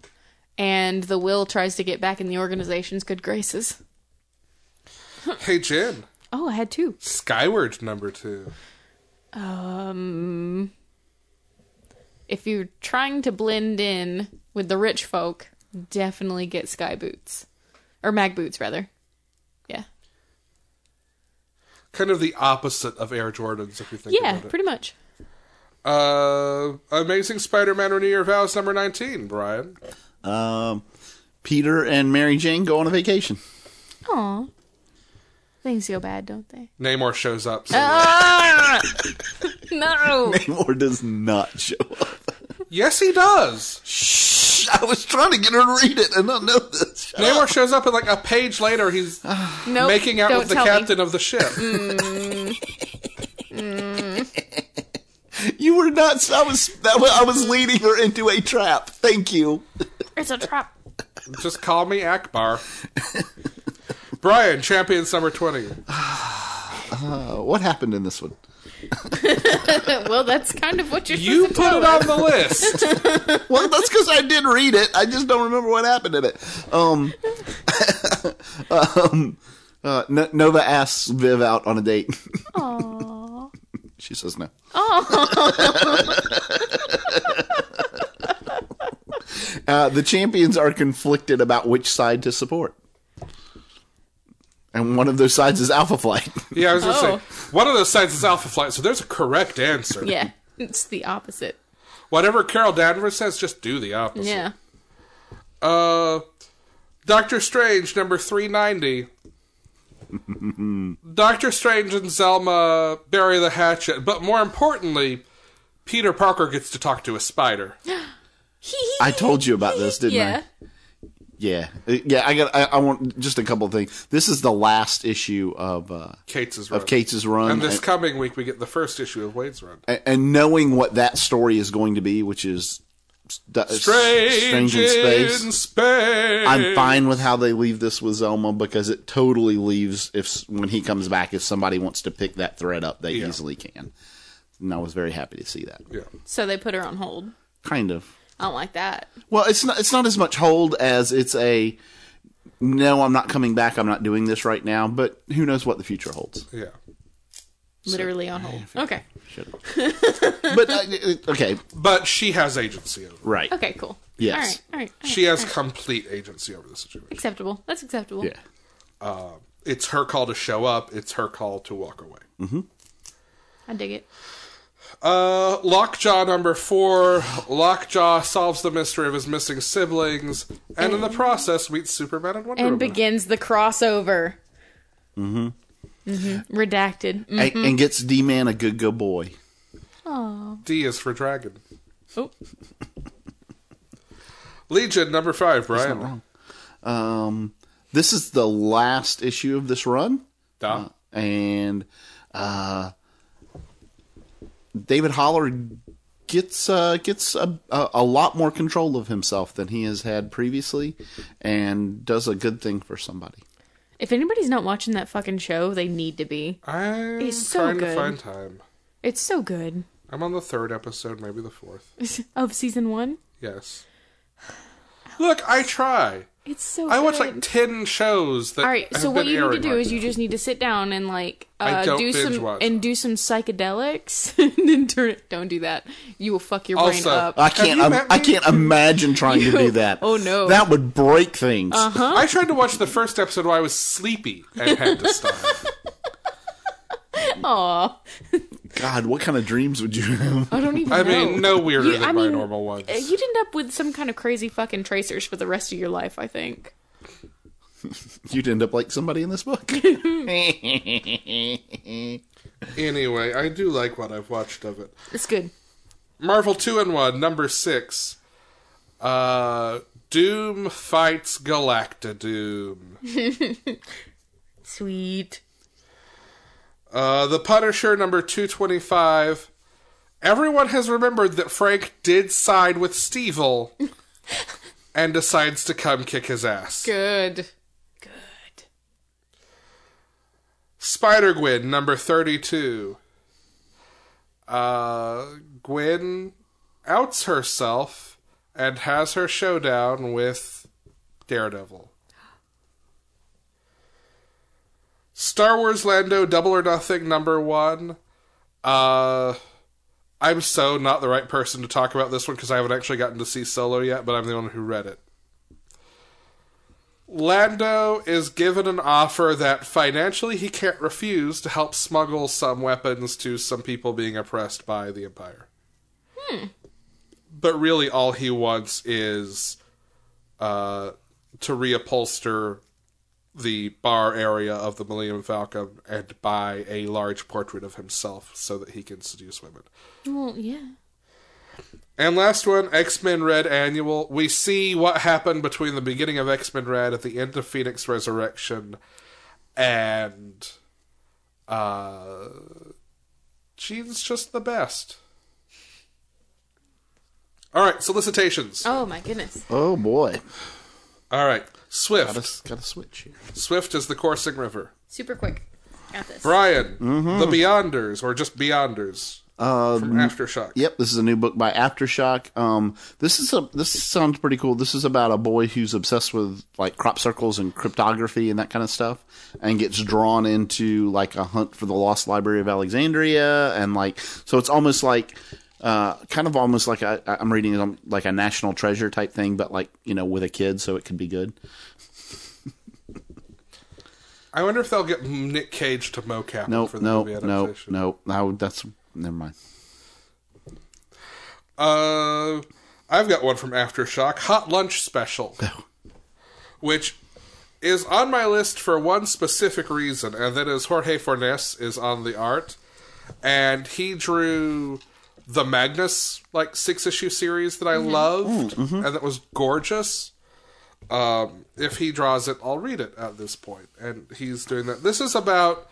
and the will tries to get back in the organization's good graces.
Hey, Jen.
Oh, I had two.
Skyward number 2.
Um, if you're trying to blend in with the rich folk, definitely get sky boots or mag boots rather. Yeah,
Kind of the opposite of Air Jordans, if you think
yeah,
about it.
pretty much.
Uh, Amazing Spider-Man Renew Your Vows number 19, Brian.
Um, Peter and Mary Jane go on a vacation.
Aw, things go bad, don't they?
Namor shows up. So
Ah! no.
Or does not show up.
yes, he does.
Shh! I was trying to get her to read it and not know this. Shut up.
Namor shows up, and like a page later, he's
Nope,
making out
Uh-huh.
with
don't
the
tell me. Mm.
captain of the ship.
You were nuts. I was that was, I was leading her into a trap. Thank you.
It's a trap.
Just call me Akbar. Brian, Champions number 20.
Uh, what happened in this one?
well, that's kind of what you're
You
supposed to
put
tell
it
us.
on the list.
well, that's because I did read it. I just don't remember what happened in it. Um, um, uh, No- Nova asks Viv out on a date.
Aw.
she says no.
Oh.
Uh, the champions are conflicted about which side to support. And one of those sides is Alpha Flight.
Yeah, I was gonna
Oh.
say one of those sides is Alpha Flight, so there's a correct answer.
Yeah, it's the opposite.
Whatever Carol Danvers says, just do the opposite.
Yeah.
Uh, Doctor Strange, number 390. Doctor Strange and Zelma bury the hatchet, but more importantly, Peter Parker gets to talk to a spider.
I told you about this, didn't
yeah.
I? Yeah, Uh, yeah. I got. I, I want just a couple of things. This is the last issue of uh,
Kate's is
of Kate's run,
And this coming week, we get the first issue of Wade's Run.
and, and knowing what that story is going to be, which is st- uh,
Strange,
strange in space.
space.
I'm fine with how they leave this with Zelma because it totally leaves if s- when he comes back, if somebody wants to pick that thread up, they
Yeah.
easily can. And I was very happy to see that.
Yeah.
So they put her on hold.
Kind of.
I don't like that.
Well, it's not. It's not as much hold as it's a. No, I'm not coming back. I'm not doing this right now. But who knows what the future holds.
Yeah.
Literally on hold. Okay.
Shut up. but uh, uh, okay,
But she has agency over it.
right.
Okay. Cool.
Yes.
All right. All right. all right.
She has complete agency over the situation.
acceptable. That's acceptable.
Yeah.
It's her call to show up, it's her call to walk away.
I dig it.
Uh, Lockjaw number four. Lockjaw solves the mystery of his missing siblings, and in the process meets Superman and Wonder
And
Woman.
begins the crossover. Mm-hmm. Redacted. Mm.
And, and gets D Man a good go boy.
D is for Dragon.
Oh.
Legion number five, Brian.
Um, this is the last issue of this run,
Da.
and uh, David Holler gets uh, gets a, a a lot more control of himself than he has had previously, and does a good thing for somebody.
If anybody's not watching that fucking show, they need to be.
I'm
It's so
trying to
good.
find time.
It's so good.
I'm on the third episode, maybe the fourth.
of season one.
Yes. Look, I try.
It's so.
I
good.
watch like ten shows that.
All right. So
have
what
been
you need to
airing
do
right
is you
now.
just need to sit down and like
I
uh,
don't
do
binge
some
watch.
and do some psychedelics and then turn it. Don't do that. You will fuck your
Also-
brain up.
I
Have
can't.
you
im-
met
I
me?
can't imagine trying to do
You-
that.
oh, no.
that would break things.
I tried to watch the first episode while I was sleepy and had to stop.
Aw.
God, what kind of dreams would you have?
I don't even.
I
know.
mean, no weirder
You-
than
I
my
mean,
normal ones.
Uh, You'd end up with some kind of crazy fucking tracers for the rest of your life, I think.
You'd end up like somebody in this book.
Anyway, I do like what I've watched of it.
It's good.
Marvel 2 and 1, number 6. Uh, Doom fights Galacta Doom.
Sweet.
Uh, the Punisher, number 225. Everyone has remembered that Frank did side with Stevel and decides to come kick his ass.
Good. Good.
Spider Gwen, number 32. Uh, Gwen outs herself and has her showdown with Daredevil. Star Wars Lando Double or Nothing, number one. Uh, I'm so not the right person to talk about this one because I haven't actually gotten to see Solo yet, but I'm the one who read it. Lando is given an offer that financially he can't refuse to help smuggle some weapons to some people being oppressed by the Empire. Hmm. But really, all he wants is uh, to reupholster the bar area of the Millennium Falcon and buy a large portrait of himself so that he can seduce women.
Well, yeah.
And last one, X Men Red Annual. We see what happened between the beginning of X Men Red at the end of Phoenix Resurrection and. Uh, Jean's just the best. Alright, solicitations.
Oh my goodness.
oh boy,
Alright, Swift.
gotta gotta switch here.
Swift is the coursing river.
Super quick. Got this.
Brian,
Mm-hmm.
The Beyonders, or just Beyonders from Aftershock.
Um, Yep, this is a new book by Aftershock. Um, this is a this sounds pretty cool. This is about a boy who's obsessed with like crop circles and cryptography and that kind of stuff, and gets drawn into like a hunt for the lost library of Alexandria, and like so it's almost like. Uh, kind of almost like I, I'm reading it on, like a national treasure type thing, but like you know, with a kid, so it could be good.
I wonder if they'll get Nick Cage to mocap him
Nope,
for the
nope,
movie
nope,
adaptation.
nope. No, that's never mind.
Uh, I've got one from Aftershock Hot Lunch Special, which is on my list for one specific reason, and that is Jorge Fornes is on the art, and he drew the Magnus like six issue series that I loved, and that was gorgeous. Um, if he draws it, I'll read it at this point, and he's doing that. This is about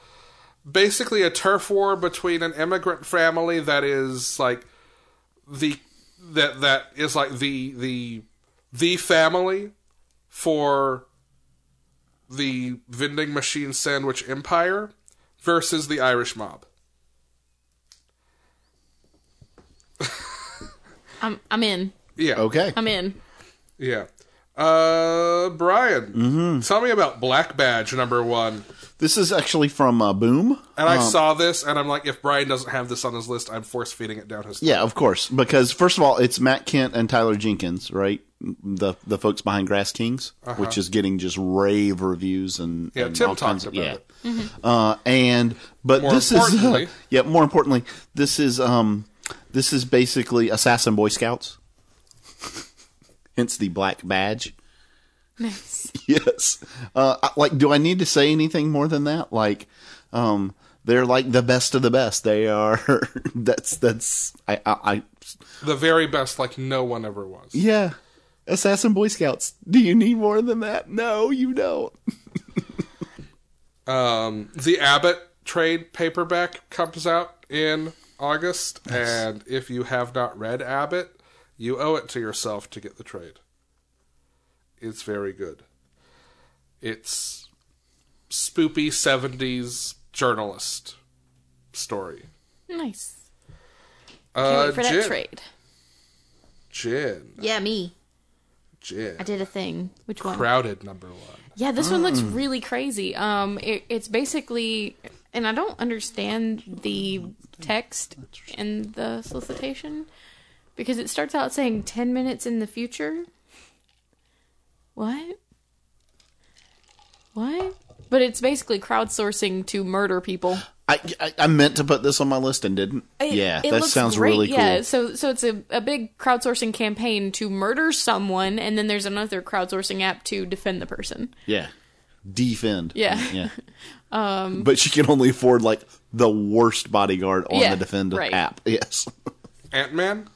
basically a turf war between an immigrant family that is like the that that is like the the the family for the vending machine sandwich empire versus the Irish mob.
I'm I'm in.
Yeah.
Okay,
I'm in.
Yeah. Uh Brian,
Mm-hmm.
tell me about Black Badge number 1.
this is actually from uh, Boom.
And I saw this and I'm like if Brian doesn't have this on his list, I'm force feeding it down his
Yeah, of course. Because first of all, it's Matt Kent and Tyler Jenkins, right? The the folks behind Grass Kings, which is getting just rave reviews and
Uh-huh. Yeah,
and
Tim
all kinds
talked
of,
about
yeah.
it.
Uh, and but
More
this is uh,
importantly-
yeah. More importantly, this is um this is basically Assassin Boy Scouts, hence the black badge.
Nice.
Yes. Uh, I- like, do I need to say anything more than that? Like, um, they're like the best of the best. They are. that's that's. I, I I
The very best like no one ever was.
yeah. Assassin Boy Scouts. Do you need more than that? No, you don't.
Um, the Abbott trade paperback comes out in August, and if you have not read Abbott, you owe it to yourself to get the trade. It's very good. It's spoopy 70s journalist story.
Nice. Can't
Uh,
wait for that
Jin,
trade.
Jin,
Yeah, me. I
Jin.
did a thing. Which one?
Crowded number one.
Yeah, this one looks
Mm.
really crazy. Um, it, it's basically, and I don't understand the text in the solicitation because it starts out saying ten minutes in the future. What? What? But it's basically crowdsourcing to murder people.
I, I, I meant to put this on my list and didn't.
It-
yeah,
it
that
looks
sounds
great.
really cool.
Yeah, so so it's a, a big crowdsourcing campaign to murder someone, and then there's another crowdsourcing app to defend the person.
Yeah. Defend.
Yeah.
Yeah. um, but she can only afford like the worst bodyguard on
Yeah,
the Defend
right.
app. Yes.
Ant Man?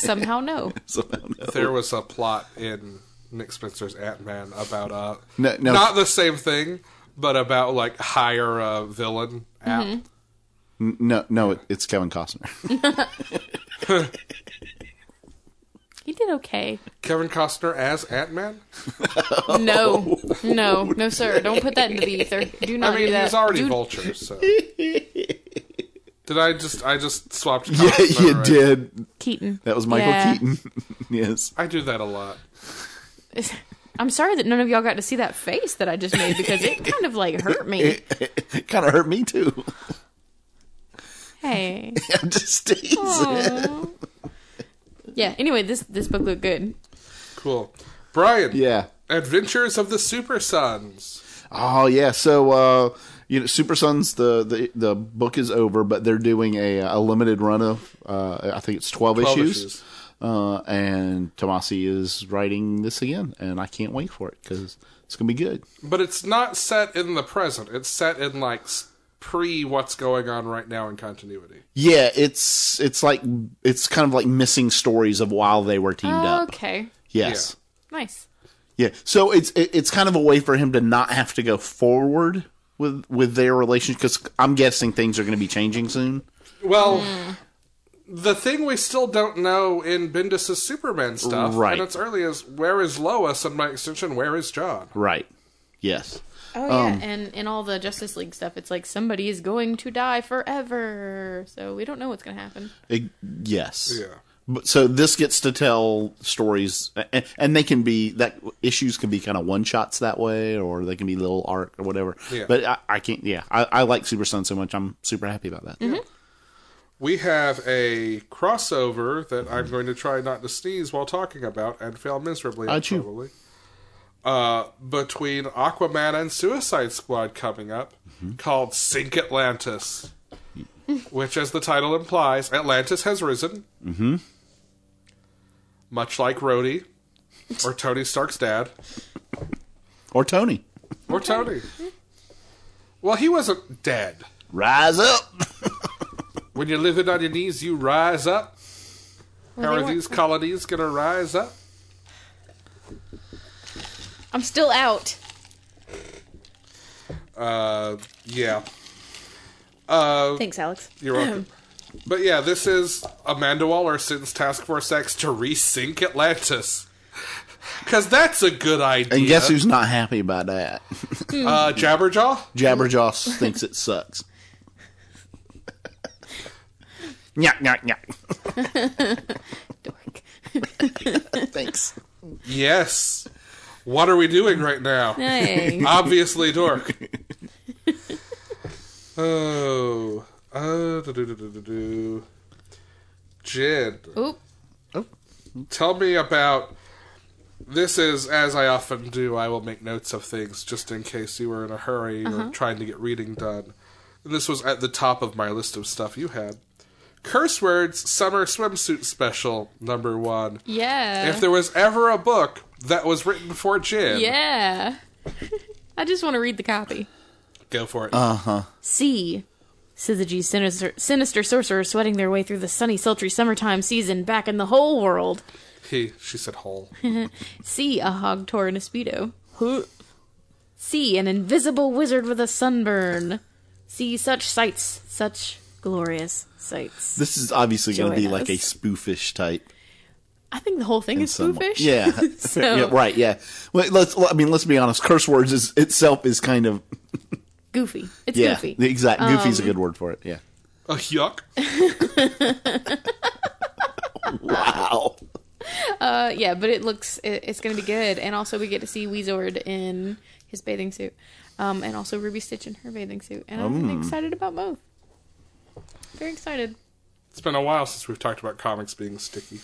Somehow, no.
so, I don't know.
There was a plot in Nick Spencer's Ant Man about uh
No, no.
not the same thing, but about like hire a villain app.
No, no, it, it's Kevin Costner.
He did okay.
Kevin Costner as Ant Man.
No, no, no, sir. Don't put that into the ether. Do not
I mean,
do that.
he's already
do,
Vulture. So did I just I just swapped?
yeah,
copies,
you
alright.
did.
Keaton.
That was Michael
Oh, Yeah.
Keaton. yes.
I do that a lot.
I'm sorry that none of y'all got to see that face that I just made because it kind of like hurt me.
It kind of hurt me too.
Hey.
I'm just
Oh.
teasing.
Aw. Yeah. Anyway, this this book looked good.
Cool, Brian.
Yeah.
Adventures of the Super Sons.
Oh yeah. So uh, you know, Super Sons the, the the book is over, but they're doing a a limited run of uh, I think it's twelve,
12
issues.
issues.
Uh, and Tomasi is writing this again, and I can't wait for it because it's gonna be good.
But it's not set in the present. It's set in like s- pre what's going on right now in continuity.
Yeah, it's it's like it's kind of like missing stories of while they were teamed up.
okay.
Yes.
Nice.
Yeah. So it's it- it's kind of a way for him to not have to go forward with with their relationship because I'm guessing things are going to be changing soon.
Well, the thing we still don't know in Bendis' Superman stuff,
Right.
and it's early, is where is Lois, and by extension, where is John?
Right. Yes.
Oh yeah, and in all the Justice League stuff, it's like somebody is going to die forever, so we don't know what's going to happen.
It- yes.
Yeah.
But, so this gets to tell stories, and, and they can be that issues can be kind of one shots that way, or they can be little arc or whatever.
Yeah.
But I, I can't. Yeah, I, I like Super Sun so much. I'm super happy about that.
We have a crossover that I'm going to try not to sneeze while talking about and fail miserably at,
Achoo.
probably. Uh, between Aquaman and Suicide Squad coming up, called Sink Atlantis, which, as the title implies, Atlantis has risen. Mm-hmm. Much like Rhodey or Tony Stark's dad
Or Tony,
or Tony. Well, he wasn't dead.
rise up.
When you're living on your knees, you rise up.
Well,
How
they
are
weren't-
these colonies going to rise up?
I'm still out.
Uh, yeah,
Thanks, Alex.
you're welcome. but yeah, this is Amanda Waller sends Task Force X to resync Atlantis. Because that's a good idea.
And guess who's not happy about that?
Uh, Jabberjaw?
Jabberjoss thinks it sucks. Nyah, nyah, nyah.
Dork.
Thanks.
Yes. What are we doing right now?
Hey.
Obviously, Dork. oh. Uh, do-do-do-do-do. Jin.
Oop.
tell me about this is as i often do i will make notes of things just in case you were in a hurry
Mm-hmm.
or trying to get reading done and this was at the top of my list of stuff you had curse words summer swimsuit special number one
Yeah.
if there was ever a book that was written for jin
yeah. I just want to read the copy.
go for it
Uh.
C. Syzygy sinister, sinister sorcerers sweating their way through the sunny, sultry summertime season back in the whole world.
he she said whole
C. A hog tore in a speedo. Huh. C. An invisible wizard with a sunburn. See such sights, such glorious sights.
This is obviously going to be
Join
like a
us.
spoofish type.
I think the whole thing is
in some way.
spoofish.
Yeah.
So-
Yeah, Right. Yeah. Well, Let's. I mean, let's be honest. Curse words is, itself is kind of
Goofy. It's
yeah.
goofy. Um,
The exact goofy's a good word for it. Yeah.
oh yuck
Wow.
Uh, yeah, but it looks it, it's going to be good, and also we get to see Weezord in his bathing suit, um, and also Ruby Stitch in her bathing suit, and I'm excited about both. Very excited.
it's been a while since we've talked about comics being sticky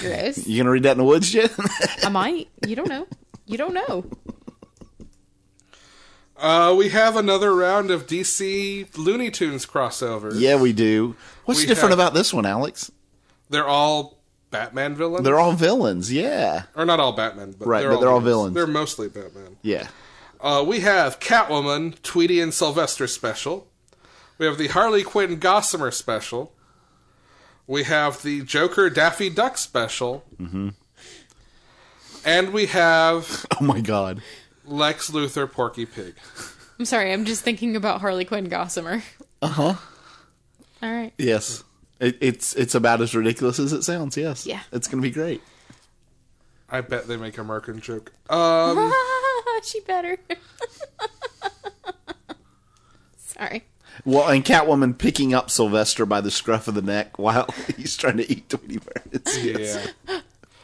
Gross.
You gonna read that in the woods, Jen?
I might. You don't know. You don't know.
uh, we have another round of dc looney tunes crossovers
yeah, we do. What's
We
different
have-
about this one, Alex?
they're all batman villains
They're all villains. Yeah.
Or not all Batman, but
Right, but they're all villains.
They're mostly Batman.
Yeah.
Uh, we have Catwoman, Tweety and Sylvester special. We have the Harley Quinn Gossamer special. We have the Joker Daffy Duck special. Mm-hmm. And we have
Oh my God.
Lex Luthor Porky Pig.
I'm sorry. I'm just thinking about Harley Quinn Gossamer. Uh huh. All right.
Yes. It, it's it's about as ridiculous as it sounds. Yes.
Yeah.
It's gonna be great.
I bet they make a Merkin joke. Um,
she better. sorry.
Well, and Catwoman picking up Sylvester by the scruff of the neck while he's trying to eat Tweety Bird.
yeah.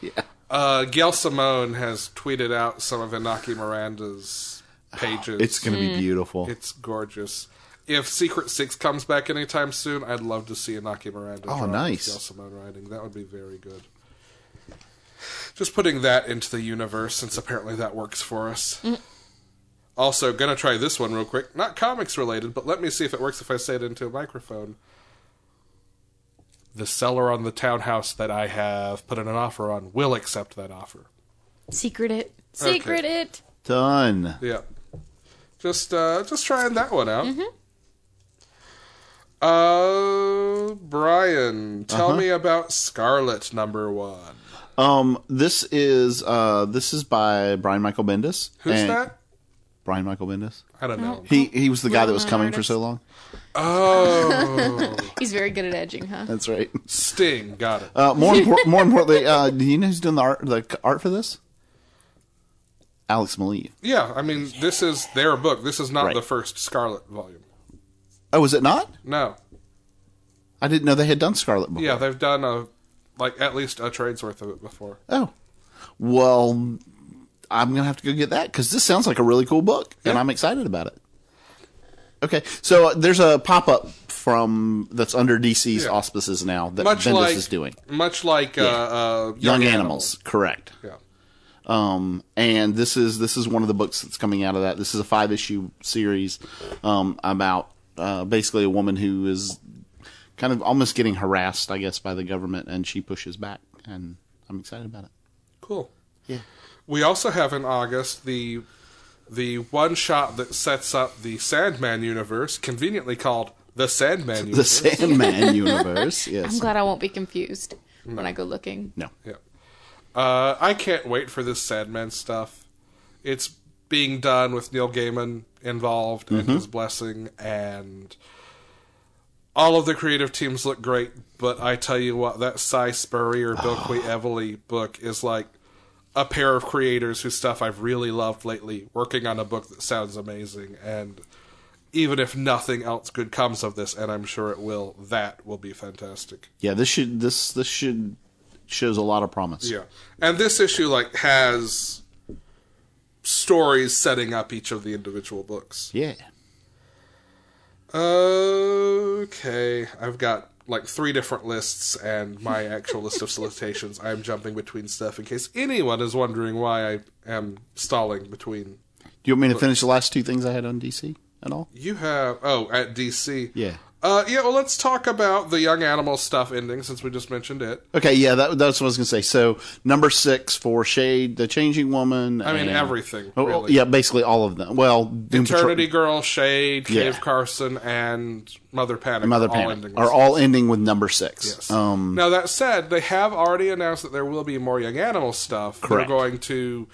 yeah. Uh, Gail Simone has tweeted out some of Inaki Miranda's pages.
It's gonna
Mm.
be beautiful.
It's gorgeous. If Secret Six comes back anytime soon, I'd love to see Inaki Miranda.
Oh,
drawn with
nice.
Gail Simone writing. That would be very good. Just putting that into the universe, since apparently that works for us. Also, gonna try this one real quick. Not comics related, but let me see if it works if I say it into a microphone. The seller on the townhouse that I have put in an offer on will accept that offer.
Secret it.
Okay.
Secret it.
Done.
Yeah. Just uh just trying that one out. Uh Brian, tell
Uh-huh.
me about Scarlet number 1.
Um, this is uh, this is by Brian Michael Bendis.
Who's
And-
that?
Brian Michael Bendis.
I don't know. Oh,
He he was the guy that was
Well-known
coming for
artist.
so long.
He's very good at edging, huh?
That's right.
Sting, got it.
Uh, more impor- more importantly, uh, do you know who's doing the art the c- art for this? Alex Maleev.
Yeah, I mean, this is their book. This is not the first Scarlet volume.
Oh, was it not?
No.
I didn't know they had done Scarlet before.
Yeah, they've done a like at least a trade's worth of it before.
Oh, well, I'm gonna have to go get that because this sounds like a really cool book, and I'm excited about it. Okay, so uh, there's a pop up from that's under DC's
Yeah.
auspices now that
Much
Bendis
like
is doing.
Much like uh, uh,
Young, Animals, correct?
Yeah.
Um, and this is this is one of the books that's coming out of that. This is a five issue series um, about uh, basically a woman who is kind of almost getting harassed, I guess, by the government, and she pushes back. And I'm excited about it.
Cool. Yeah. We also have in August the the one shot that sets up the Sandman universe, conveniently called the Sandman
The
universe.
Sandman universe,
I'm
yes.
glad I won't be confused when I go looking.
No,
yeah. Uh, I can't wait for this Sandman stuff. It's being done with Neil Gaiman involved and his blessing, and all of the creative teams look great. But I tell you what, that Cy Spurrier, Bill Quay Evely book is like a pair of creators whose stuff I've really loved lately working on a book that sounds amazing. And even if nothing else good comes of this, and I'm sure it will, that will be fantastic.
yeah. This should this this should shows a lot of promise.
Yeah, and this issue like has stories setting up each of the individual books.
Yeah.
Okay, I've got like three different lists and my actual list of solicitations. I'm jumping between stuff in case anyone is wondering why I am stalling between.
Do you want me to finish the last two things I had on DC at all?
You have oh at DC.
Yeah.
Uh, yeah, well, let's talk about the young animal stuff ending since we just mentioned it.
Okay, yeah, that, that's what I was going to say. So, number six for Shade, The Changing Woman.
I mean,
and-
everything,
Oh, oh,
really.
yeah, basically all of them. Well, Doom Patrol-
Eternity Girl, Shade, Cave
Yeah.
Carson, and Mother Panic.
Mother
all
Panic
ending
are
with-
all ending with number six.
Yes.
Um,
now that said, they have already announced that there will be more young animal stuff.
Correct.
They're going to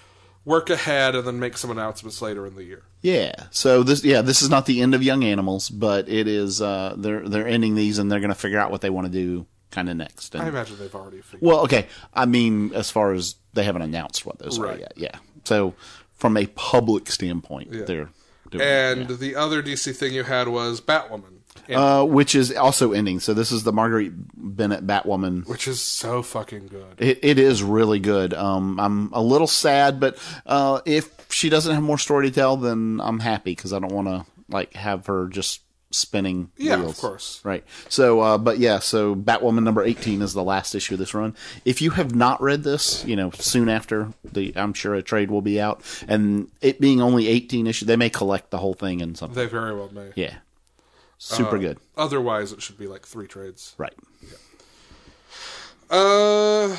work ahead and then make some announcements later in the year.
yeah. So this, yeah, this is not the end of Young Animals, but it is. Uh, they're they're ending these, and they're going to figure out what they want to do kind of next. And-
I imagine they've already figured.
Well, okay. I mean, as far as they haven't announced what those
Right.
are yet. Yeah. So from a public standpoint, they're doing
and the other DC thing you had was Batwoman,
uh, which is also ending. So this is the Marguerite Bennett Batwoman.
which is so fucking good.
It, it is really good. Um, I'm a little sad, but uh, if she doesn't have more story to tell, then I'm happy because I don't want to like have her just spinning.
Yeah, of
wheels.
course.
Right. So, uh, but yeah, so Batwoman number 18 is the last issue of this run. If you have not read this, you know, soon after the, I'm sure a trade will be out, and it being only 18 issues, they may collect the whole thing in something.
They very well may.
yeah. Super good.
Otherwise, it should be like three trades.
Right.
Uh,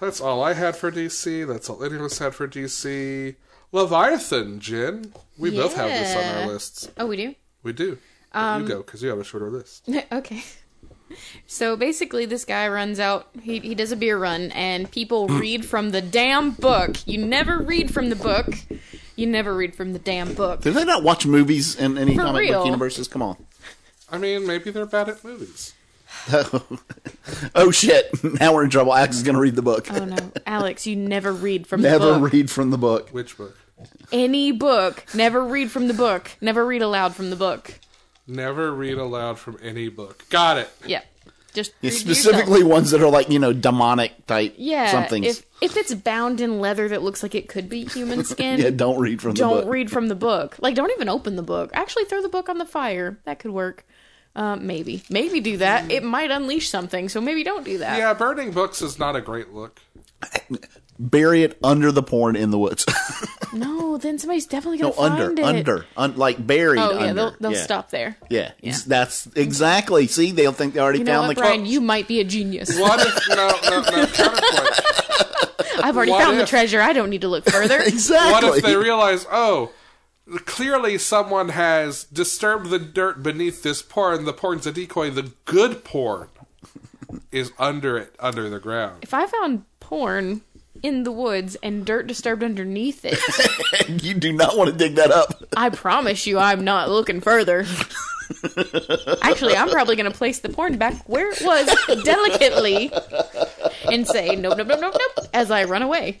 that's all I had for DC. That's all any of us had for DC. Leviathan, Jin. We both have this on
Yeah.
our lists.
Oh, we do?
We do. But you go because you have a shorter list.
okay. So basically, this guy runs out. He he does a beer run, and people read from the damn book. You never read from the book. You never read from the damn book.
Do they not watch movies in any
For
comic
real.
book universes? Come on.
I mean, maybe they're bad at movies.
Oh shit! Now we're in trouble. Alex is going to read the book.
Oh no, Alex, you never read from the
Never
book.
read from the book.
Which book?
Any book, never read from the book. Never read aloud from the book.
Never read aloud from any book. Got it.
Yeah, just read to yourself.
Specifically, ones that are like you know demonic type
Yeah,
somethings.
if if it's bound in leather that looks like it could be human skin,
yeah, don't read from the
don't
book.
read from the book. Like, don't even open the book. Actually, throw the book on the fire. That could work. Uh, maybe, maybe do that. It might unleash something, so maybe don't do that.
Yeah, burning books is not a great look.
Bury it under the porn in the woods.
No, then somebody's definitely
no,
gonna find
under,
it.
under, un- like buried.
Oh yeah,
under.
they'll they'll
yeah.
stop there.
Yeah. that's exactly. See, they'll think they already
You know
found
what,
the
Brian?
club.
You might be a genius.
What if no no no counterpoint?
I've already
What
found the
if-
treasure. I don't need to look further.
What
exactly.
if they realize oh clearly someone has disturbed the dirt beneath this porn, the porn's a decoy, the good porn is under it under the ground.
if I found porn in the woods and dirt disturbed underneath it,
you do not want to dig that up.
I promise you, I'm not looking further. Actually, I'm probably going to place the porn back where it was delicately and say, nope, nope, nope, nope, nope, as I run away.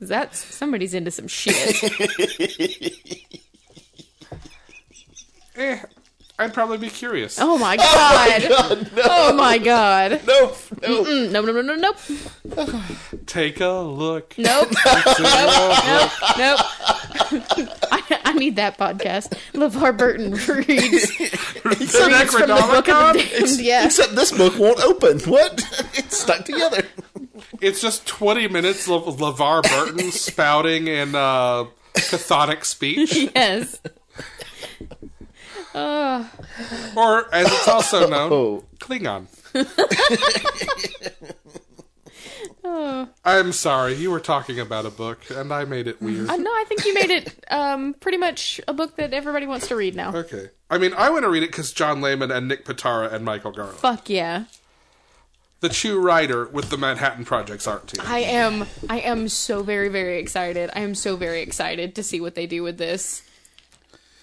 that's somebody's into some shit.
Eh, I'd probably be curious.
oh my god. Oh my god.
Nope. Nope.
Mm, nope, nope, nope, nope, nope,
Take a look.
nope,
Take a look.
nope. I, I need that podcast. LeVar Burton reads
The
reads from the book of the
Necronomicon?
damned. Yeah.
Except this book won't open. What? It's stuck together.
It's just 20 minutes of LeVar Burton spouting in uh, cathonic speech,
Yes. Uh,
or as it's also known,
Oh.
Klingon. Oh. I'm sorry, you were talking about a book, and I made it weird.
I- Uh, no, I think you made it um, pretty much a book that everybody wants to read now.
Okay. I mean, I want to read it because John Lehman and Nick Patara and Michael Garland.
Fuck yeah.
The Chew Rider with the Manhattan Project's art team.
I am I am so very very excited. I am so very excited to see what they do with this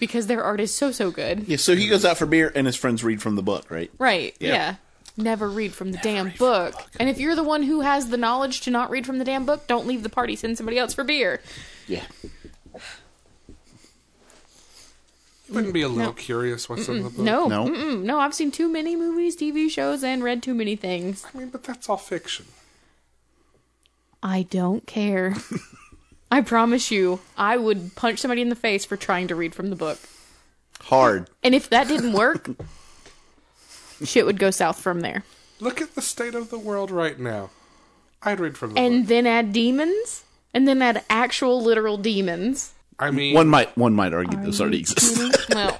because their art is so so good.
Yeah, so he goes out for beer and his friends read from the book, right?
Right. Yeah.
Yeah.
Never read from the damn book. And if you're the one who has the knowledge to not read from the damn book, don't leave the party. Send somebody else for beer.
Yeah.
Wouldn't be a little curious what's in the book.
No.
No.
Mm-mm. No, I've seen too many movies, TV shows and read too many things.
I mean, but that's all fiction.
I don't care. I promise you, I would punch somebody in the face for trying to read from the book.
Hard.
And if that didn't work, shit would go south from there.
Look at the state of the world right now. I'd read from the book.
and then add demons, and then add actual literal demons.
I mean,
One might one might argue this already exists.
Well,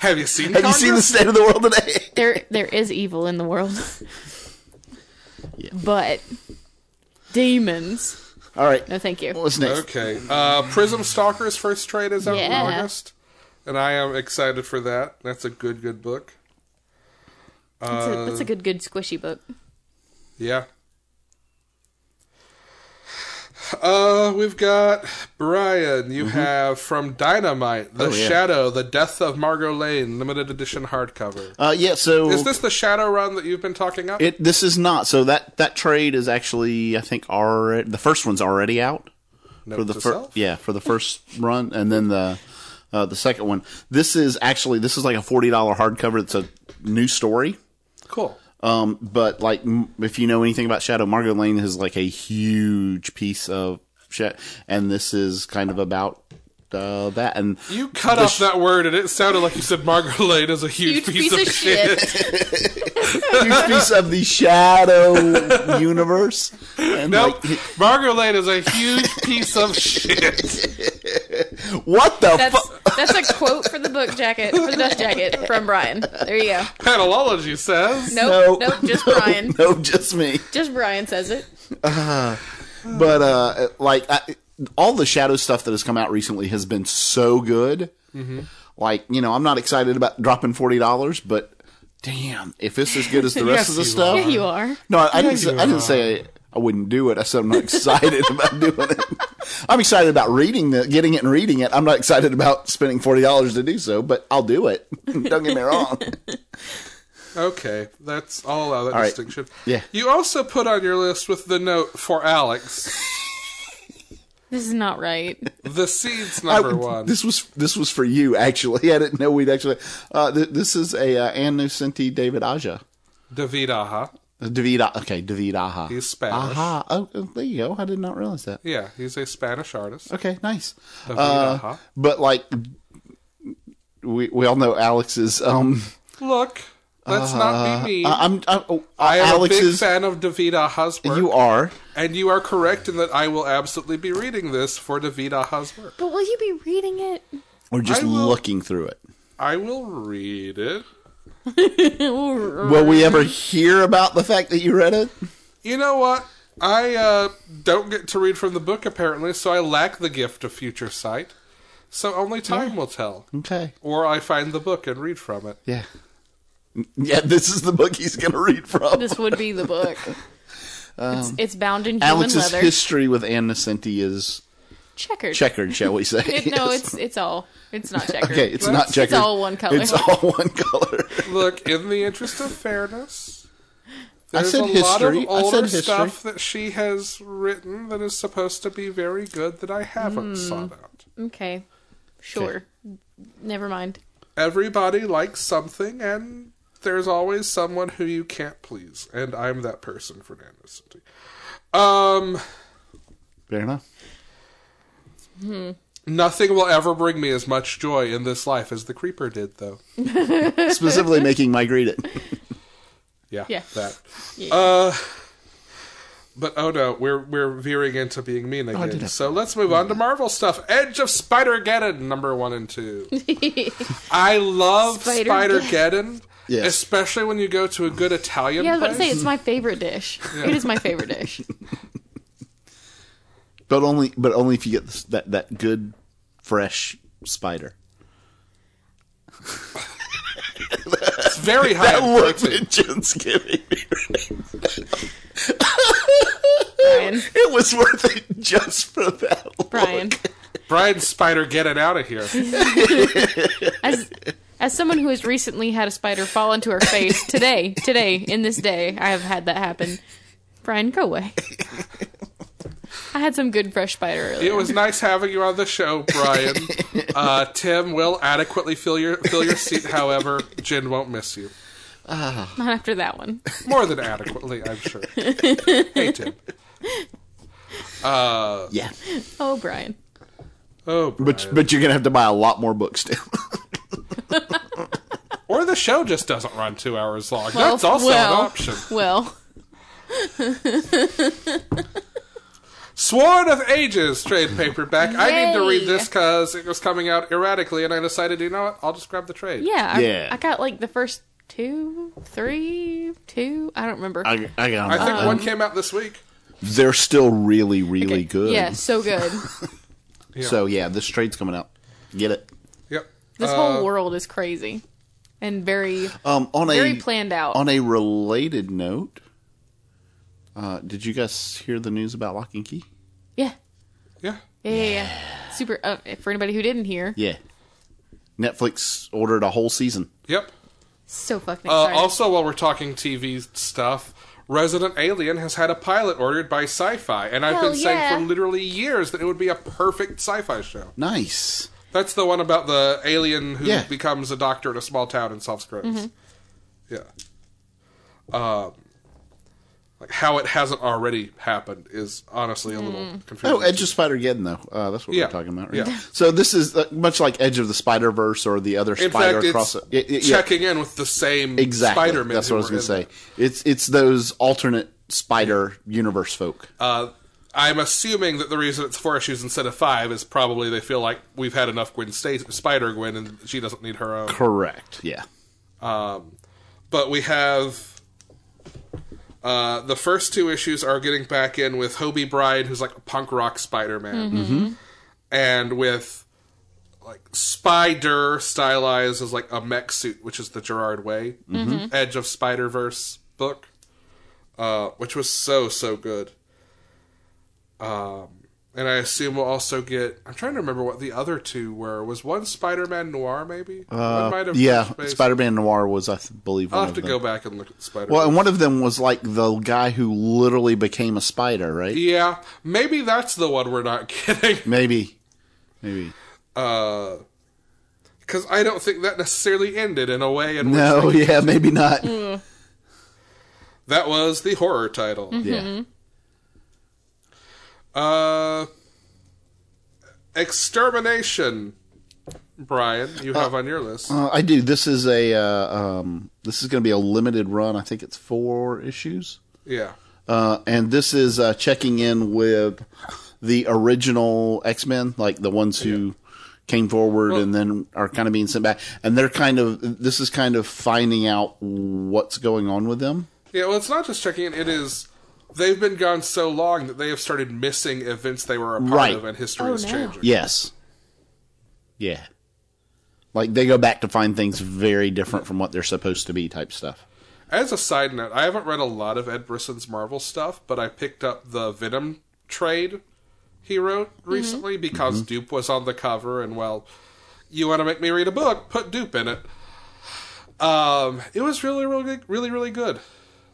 have you seen
Have you seen the
Congress?
state of the world today?
there there is evil in the world, but demons.
All right.
No, thank you.
What's next?
Okay. Uh, Prism Stalker's first trade is out in
Yeah.
August, and I am excited for that. That's a good, good book.
That's a, that's a good good squishy book.
Yeah. Uh, we've got Brian. You have from Dynamite, The
Mm-hmm. Oh, yeah.
Shadow, The Death of Margot Lane, limited edition hardcover.
Uh, yeah, so
Is this the Shadow run that you've been talking up?
it this is not. So that that trade is actually I think already the first one's already out.
Note
for the
to
first
self?
yeah for the first run and then the uh, the second one this is actually this is like a $40 hardcover it's a new story
Cool.
um, but like m- if you know anything about shadow margot lane is like a huge piece of shit and this is kind of about uh, that and
You cut off that word, and it sounded like you said Margot Lane is a huge,
Huge piece of shit.
huge piece of the shadow universe and
Nope.
like,
Margot Lane is a huge piece of shit.
what the fuck
That's that's a quote for the book jacket for the dust jacket from Brian. There you go.
Panelology says.
Nope,
No.
nope, just Brian.
no just me
Just Brian says it.
but uh like I, all the shadow stuff that has come out recently has been so good
Mm-hmm.
like you know i'm not excited about dropping $40 but damn if it's as good as the rest of the
you
stuff
Here you are.
no i, I didn't say,
you
i didn't say I, wouldn't do it i said i'm not excited about doing it i'm excited about reading the getting it and reading it i'm not excited about spending $40 to do so but i'll do it don't get me wrong
Okay, that's all out that
right.
distinction.
Yeah.
You also put on your list with the note for Alex,
This is not right.
the seeds
I-
number one.
This was this was for you actually. I didn't know we'd actually. Uh, th- this is a uh, Ann Nocenti David Aja.
David Aja.
Uh, David, A- okay, David Aja.
He's Spanish.
Aha! Oh, oh, there you go. I did not realize that.
Yeah, he's a Spanish artist.
Okay, nice.
David
Uh,
Aja.
but like, we we all know Alex's. Um,
Look, let's not be mean.
I, I'm I, oh,
I am a big
uh, Alex's.
fan of David Aja's work,
You are.
and you are correct in that I will absolutely be reading this for David Aja's work.
But will you be reading it?
Or just
I will-
looking through it.
I will read it.
Will we ever hear about the fact that you read it?
You know what? I uh, don't get to read from the book apparently, so I lack the gift of future sight. So only time will tell.
Okay.
Or I find the book and read from it.
Yeah. Yeah, this is the book he's going to read from.
This would be the book. it's,
Um,
it's bound in human
Alex's
leather.
history with Ann Nocenti is
checkered.
checkered, shall we say?
It, No,
Yes.
it's it's all. It's not checkered.
okay. It's not checkered.
all one color.
It's all one color.
Look, in the interest of fairness, There's
said
a
history. I
lot of older
said history.
stuff that she has written that is supposed to be very good that I haven't
Hmm.
sought out.
Okay. Sure. Never mind.
Everybody likes something, and there's always someone who you can't please, and I'm that person, Fernando Cinti. Um,
Fair enough.
nothing will ever bring me as much joy in this life as the creeper did, though.
Specifically making Mike read it.
Yeah,
Yeah.
that.
Yeah.
Uh, but oh no, we're we're veering into being mean again. so let's move on to Marvel stuff. Edge of Spider Geddon number one and two. I love Spider Geddon,
Spider-Geddon.
Yes.
especially when you go to a good Italian
Yeah, I was about
place.
to say it's my favorite dish. It is my favorite dish.
But only, but only if you get this, that that good, fresh spider.
it's very high. in protein.
Jen's giving me.
Brian.
It was worth it just for that.
Brian.
Brian Spider Geddon out of here.
As as someone who has recently had a spider fall into her face today, today, in this day, I have had that happen. Brian, go away. I had some good fresh spider earlier.
It was nice having you on the show, Brian. Uh, Tim will adequately fill your fill your seat. However, Jen won't miss you.
Not after that one.
More than adequately, I'm sure. hey, Tim.
Yeah,
Oh, Brian.
Oh, Brian.
but but you're gonna have to buy a lot more books, Tim.
or the show just doesn't run two hours long.
Well,
That's also
well,
an option.
Well,
Sword of Ages trade paperback. I need to read
Yay.
this because it was coming out erratically, and I decided, you know what? I'll just grab the trade.
yeah. I,
Yeah.
I got like the first two, three, two. I don't remember.
I, I got.
I
that.
think
um,
one came out this week.
They're still really, really
Okay.
good.
Yeah, so good.
So yeah, this trade's coming out. Get it.
Yep. Uh,
This whole world is crazy and very
Um, on
very
a
planned out.
on a related note, uh, did you guys hear the news about Lock and Key?
yeah.
Yeah.
Yeah, yeah, yeah. Super. Uh, for anybody who didn't hear,
Yeah, Netflix ordered a whole season.
Yep.
so fucking
Uh,
excited.
also, while we're talking TV stuff, Resident Alien has had a pilot ordered by Sci Fi, and I've
Hell
been saying
yeah.
for literally years that it would be a perfect sci fi show.
Nice.
That's the one about the alien who
Yeah.
becomes a doctor in a small town and solves crimes. Yeah. Um, like how it hasn't already happened is honestly a little confusing.
Oh, Edge of Spider Geddon, though. Uh, that's what
Yeah.
we're talking about, right?
Yeah.
So this is uh, much like Edge of the Spider Verse or the other
in
Spider
fact, it's
cross. Yeah, yeah, yeah.
checking in with the same
exactly.
Spider-Man.
That's what I
who
was
were
going to say.
in
It's it's those alternate Spider Universe folk.
Uh, I'm assuming that the reason it's four issues instead of five is probably they feel like we've had enough Gwen Stacy, Spider Gwen, and she doesn't need her own.
Correct. Yeah.
Um, but we have uh, the first two issues are getting back in with Hobie Bride, who's like a punk rock Spider Man, and with like Spider stylized as like a mech suit, which is the Gerard Way Edge of Spider Verse book, uh, which was so so good. Um, and I assume we'll also get. I'm trying to remember what the other two were. Was one Spider Man Noir maybe? One might have
Uh, Yeah.
touched base.
Spider Man Noir was, I th- believe, one
I'll have to
of them.
go back and look at Spider.
Well, and one of them was like the guy who literally became a spider, right?
yeah, maybe that's the one we're not getting.
Maybe. Maybe.
Because I don't think that necessarily ended in a way in which
No, yeah, maybe not.
Mm-hmm. that was the horror title.
Mm-hmm.
Yeah.
Uh, extermination, Brian. You have on your list.
Uh, I do. This is a uh, um, this is going to be a limited run. I think it's four issues.
yeah,
Uh, and this is uh, checking in with the original X Men, like the ones who came forward and then are kind of being sent back. And they're kind of this is kind of finding out what's going on with them.
yeah. Well, it's not just checking in. It is they've been gone so long that they have started missing events they were a part
Right.
of, and history
Oh,
is
no.
changing.
Yes. Yeah. Like they go back to find things very different from what they're supposed to be, type stuff.
As a side note, I haven't read a lot of Ed Brisson's Marvel stuff, but I picked up the Venom trade he wrote recently because Dupe was on the cover, and well, you want to make me read a book, put Dupe in it. Um, it was really, really, really, really good.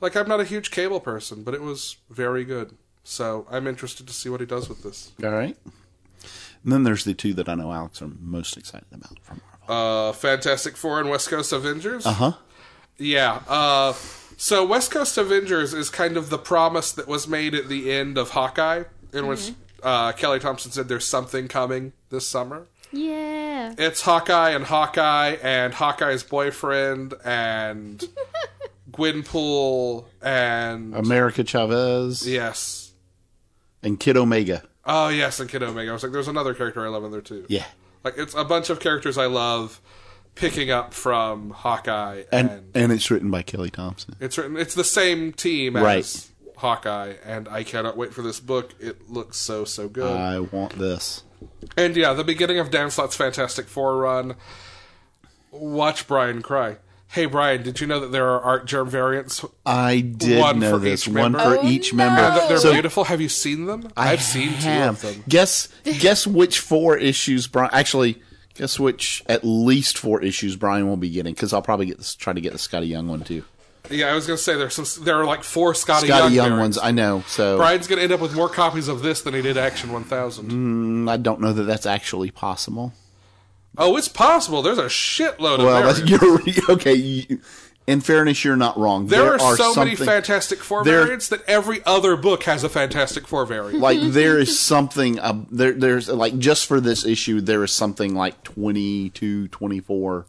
Like I'm not a huge cable person, but it was very good. So I'm interested to see what he does with this.
All right. And then there's the two that I know Alex are most excited about from Marvel.
Uh, Fantastic Four and West Coast Avengers.
Uh huh.
Yeah. Uh, so West Coast Avengers is kind of the promise that was made at the end of Hawkeye, in which uh, Kelly Thompson said there's something coming this summer.
Yeah.
It's Hawkeye and Hawkeye and Hawkeye's boyfriend and Gwynpool and
America Chavez
yes.
and Kid Omega.
Oh yes, and Kid Omega. I was like, there's another character I love in there too.
Yeah.
Like it's a bunch of characters I love picking up from Hawkeye and,
And and, it's written by Kelly Thompson.
it's written it's the same team as
Right.
Hawkeye and I cannot wait for this book. It looks so so good.
I want this.
and yeah, the beginning of Dan Slott's Fantastic Four run. Watch Brian cry. Hey Brian, did you know that there are art germ variants
I did
One
know
for
this.
each
One
member?
for
Oh,
each
no.
member.
and that they're
So-
beautiful? Have you seen them?
I
have seen
have.
two of them.
Guess guess which four issues Brian actually guess which at least four issues Brian will be getting because I'll probably get this, try to get the Scotty Young one too.
Yeah, I was gonna say there's some there are like four Scotty,
Scotty
Young,
Young
variants.
ones I know. So
Brian's gonna end up with more copies of this than he did Action 1000.
I don't know that that's actually possible.
Oh, it's possible. There's a shitload of
Well,
variants.
that's you're okay. You, in fairness, you're not wrong.
there, are, so many
something-
Fantastic Four
There-
variants that every other book has a Fantastic Four variant.
like there is something uh, there there's like just for this issue there is something like 22 24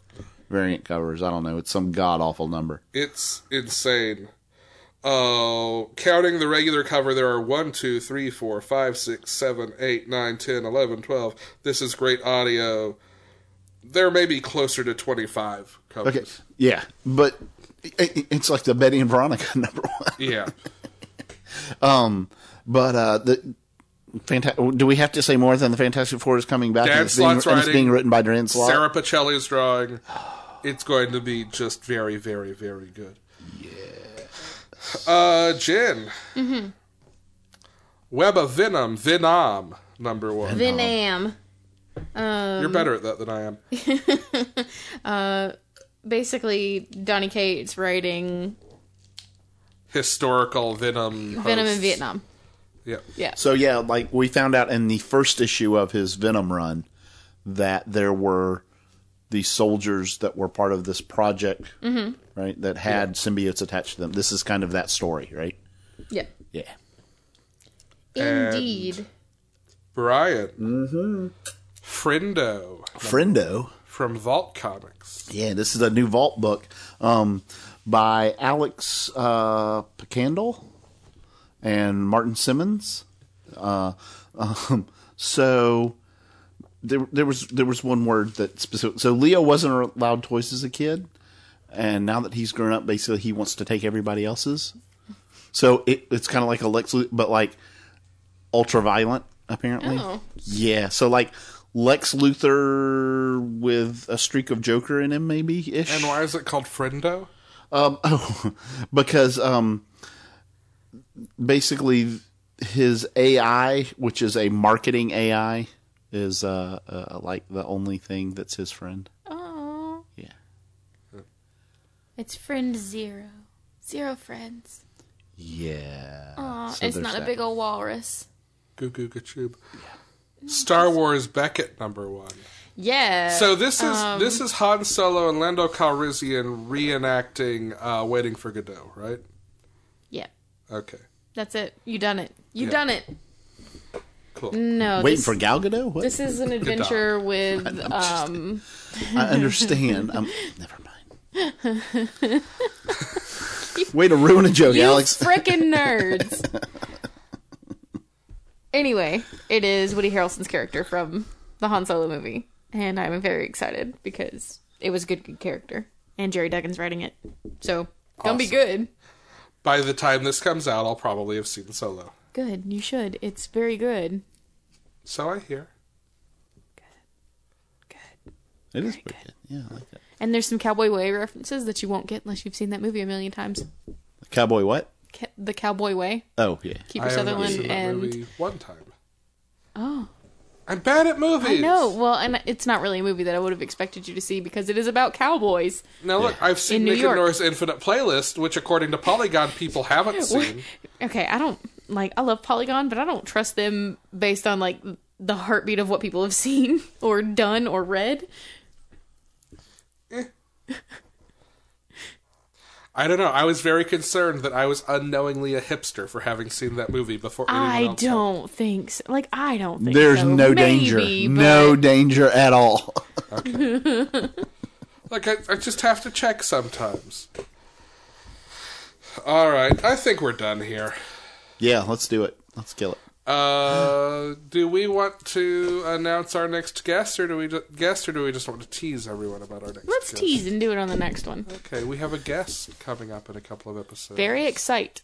variant covers i don't know it's some god awful number
It's insane. Oh, counting the regular cover, there are 1, 2, 3, 4, 5, 6, 7, 8, 9, 10, 11, 12. This is great audio. There may be closer to 25 covers.
okay yeah but it, it- it's like the betty and veronica number one
Yeah.
um but uh the Fantastic. Do we have to say more than the Fantastic Four is coming back?
Dan
and, it's being,
Slott's
and it's being
writing.
written by Dan Slott.
Sarah Pacelli's drawing. It's going to be just very, very, very good. Yeah. Uh, Jen. Mm-hmm. Web of Venom, Venom, number one.
Venom.
You're better at that than I am.
Basically, Donny Cates writing
Historical Venom.
Venom in
hosts.
Vietnam.
Yeah.
So yeah, like we found out in the first issue of his Venom run that there were these soldiers that were part of this project,
Mm-hmm.
right? That had symbiotes attached to them. This is kind of that story, right?
Yep.
Yeah.
Indeed.
Brian. Mm-hmm. Friendo
Friendo.
from Vault Comics.
Yeah, this is a new Vault book um, by Alex uh, Picandel and Martin Simmons. Uh, um, so there, there was there was one word that specific. So Leo wasn't allowed toys as a kid, and now that he's grown up, basically he wants to take everybody else's. So it, it's kind of like a Lex, Lu- but like ultra violent apparently.
Oh.
Yeah, so like Lex Luthor with a streak of Joker in him, maybe ish.
And why is it called Friendo?
Um, oh, because um, basically his AI, which is a marketing AI, is uh, uh like the only thing that's his friend.
Oh.
Yeah.
It's friend zero. Zero friends.
Yeah.
Aw,
So
it's
there's
not a
that.
big old walrus.
Goo goo goo tube. Star Wars Beckett number one.
Yeah.
So this is
um,
this is Han Solo and Lando Calrissian reenacting uh, Waiting for Godot, right?
yeah.
Okay,
That's it. You done it. You
Yeah.
done it.
cool.
No.
Waiting
this,
for Gal Gadot? What?
this is an adventure with um
I understand. i never mind. Way to ruin a joke,
you
Alex.
frickin' nerds. anyway, it is Woody Harrelson's character from the Han Solo movie, and I'm very excited because it was a good, good character, and Jerry Duggan's writing it, so gonna be
Awesome.
good.
By the time this comes out, I'll probably have seen Solo.
Good, you should. It's very good.
So I hear.
It is pretty good. Yeah, I like that.
And there's some Cowboy Way references that you won't get unless you've seen that movie a million times.
Cowboy what?
Ca- The Cowboy Way,
Oh, yeah.
Keeper
I have not
Sutherland,
seen that
and
movie one time.
oh,
I'm bad at movies.
I know. Well, and it's not really a movie that I would have expected you to see because it is about cowboys.
Now look, I've seen
In New
Nick
York.
and Nora's Infinite Playlist, which according to Polygon, people haven't seen.
Okay, I don't like. I love Polygon, but I don't trust them based on like the heartbeat of what people have seen or done or read.
I don't know. I was very concerned that I was unknowingly a hipster for having seen that movie before. anyone
I
else had.
don't think so. Like, I don't think
There's
so.
no
Maybe,
danger.
but-
No danger at all.
Like I, I just have to check sometimes. All right, I think we're done here.
yeah, let's do it. Let's kill it.
Uh, do we want to announce our next guest, or do we ju- guest, or do we just want to tease everyone about our next?
Let's
guest?
tease and do it on the next one.
Okay, we have a guest coming up in a couple of episodes.
Very excite.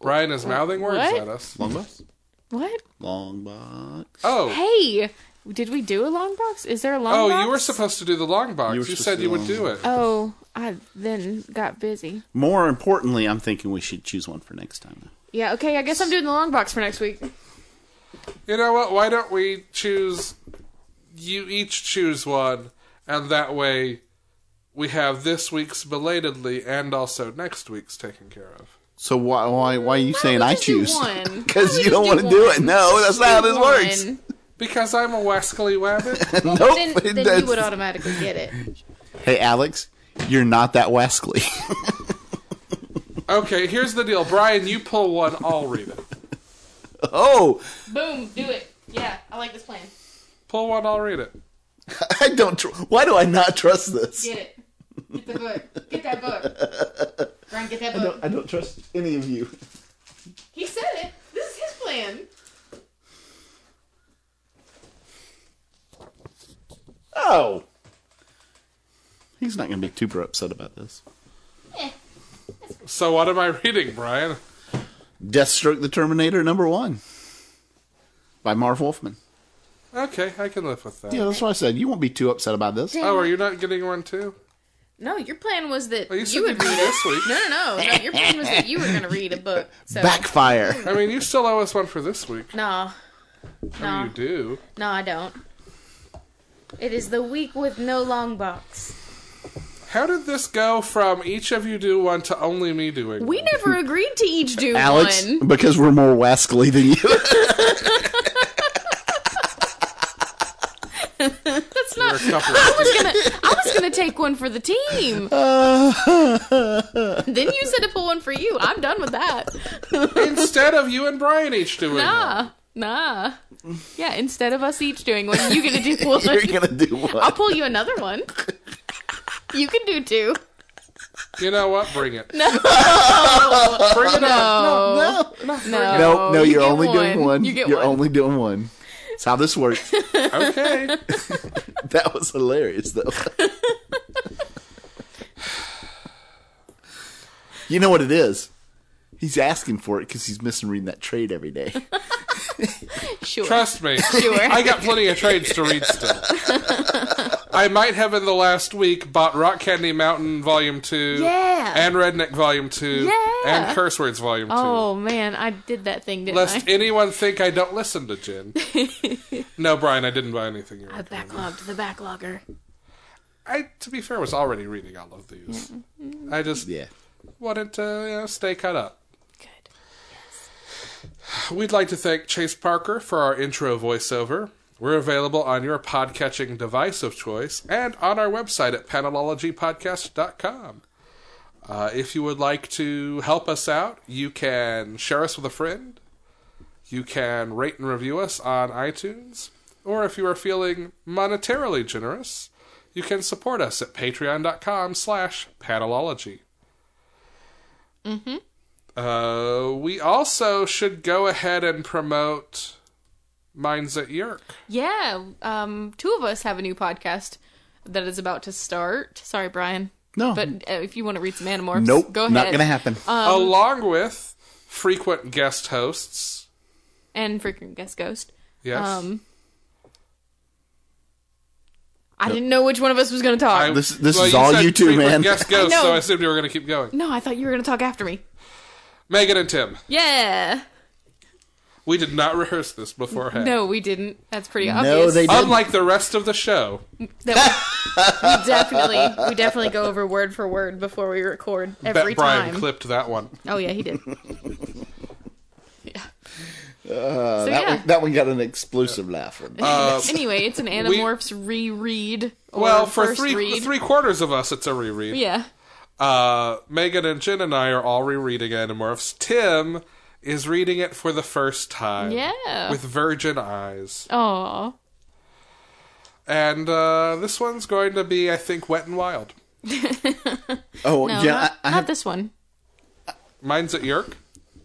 Brian is mouthing words
What?
at us.
Long box.
What?
Long box.
Oh,
Hey, did we do a long box? Is there a long
oh,
box?
you were supposed to do the long box.
You
You,
were supposed
said
to
you
do
would
the
do it.
Oh, I then got busy.
More importantly, I'm thinking we should choose one for next time.
Yeah, okay, I guess I'm doing the long box for next week.
You know what? Why don't we choose? You each choose one, and that way we have this week's belatedly and also next week's taken care of.
So why why why are you saying
don't we
I
just do
choose?
one?
Because
Why don't
you don't
we
want
just
to
do
do
one?
it. No, that's not how this works.
One.
Because I'm a wascally wabbit.
Nope.
Then,
it
then you
does-
would automatically get it.
hey Alex, you're not that wascally.
okay, here's the deal, Brian. You pull one, I'll read it.
oh,
Boom, do it. Yeah, I like this plan.
Pull one, I'll read it.
I don't. Tr- why do I not trust this?
Get it. Get the book. Get that book. Brian, get that book.
I don't trust any of you.
He said it. This is his plan.
Oh, he's not going to be super upset about this.
So what am I reading, Brian?
Deathstroke the Terminator number one by Marv Wolfman.
Okay, I can live with that.
Yeah, that's what I said. You won't be too upset about this.
Oh, are you not getting one too?
No, your plan was that
Well, Oh, you
you,
said you'd
would
do
read
this
it.
week.
No, no, no, no. Your plan was that you were going to read a book. So.
Backfire.
I mean, you still owe us one for this week. Oh,
No,
You
no,
do.
no, I don't. It is the week with no long box.
How did this go from each of you do one to only me doing?
We never agreed to each do
Alex,
one.
because we're more wascally than you.
That's
one? Or
not.
a couple of
I was gonna, I was gonna take one for the team. then you said to pull one for you. I'm done with that.
Instead of you and Brian each doing one.
Nah, nah. Yeah, instead of us each doing one, you get to do one.
You're gonna do
I'll
what?
pull you another one. You can do two.
You know what? Bring it. No. Bring it on.
No,
No,
no, no.
you
You're
get
only doing one.
You get
are
one.
only doing one. That's how this works.
Okay.
that was hilarious, though. you know what it is? He's asking for it because he's missing reading that trade every day.
sure.
Trust me.
Sure.
I got plenty of trades to read still. I might have in the last week bought Rock Candy Mountain Volume 2
Yeah.
and Redneck Volume 2
Yeah.
and Curse Words Volume 2.
oh man, I did that thing, didn't
Lest
I?
anyone think I don't listen to Jen. no, Brian, I didn't buy anything. You
I backlogged the backlogger.
I, to be fair, was already reading all of these. I just
yeah.
wanted to you know, stay caught up.
Good.
We'd like to thank Chase Parker for our intro voiceover. We're available on your podcatching device of choice and on our website at panelologypodcast.com. Uh, if you would like to help us out, you can share us with a friend. You can rate and review us on iTunes. Or if you are feeling monetarily generous, you can support us at patreon.com slash panelology. Uh, we also should go ahead and promote Minds at York.
Yeah, um, two of us have a new podcast that is about to start. Sorry, Brian.
No.
But uh, if you want to read some Animorphs,
Mm-hmm. nope.
go ahead.
Not gonna happen.
Um,
along with frequent guest hosts.
And freaking guest ghost.
Yes.
Um, I didn't know which one of us was going to talk.
I-
this this
well,
is all
said
you two,
frequent
man.
Guest ghosts,
I know.
so I assumed you were going to keep going.
no, I thought you were going to talk after me.
Megan and Tim.
Yeah.
We did not rehearse this beforehand.
No, we didn't. That's pretty
No,
obvious.
they didn't.
Unlike the rest of the show.
That
We definitely, we definitely go over word for word before we record every
Bet Brian
time.
clipped that one.
oh yeah, he did. Yeah. so
Uh, that,
yeah.
one, that one got an explosive laugh from me.
anyway, it's an Animorphs reread. Or
Well, for
first
three
read.
three quarters of us, it's a reread.
Yeah.
Uh, Megan and Jen and I are all rereading Animorphs. Tim is reading it for the first time.
Yeah.
With virgin eyes.
Oh.
And uh, this one's going to be, I think, Wet and Wild.
oh
No,
yeah,
not,
I, I,
not
have,
this one.
Mine's at York.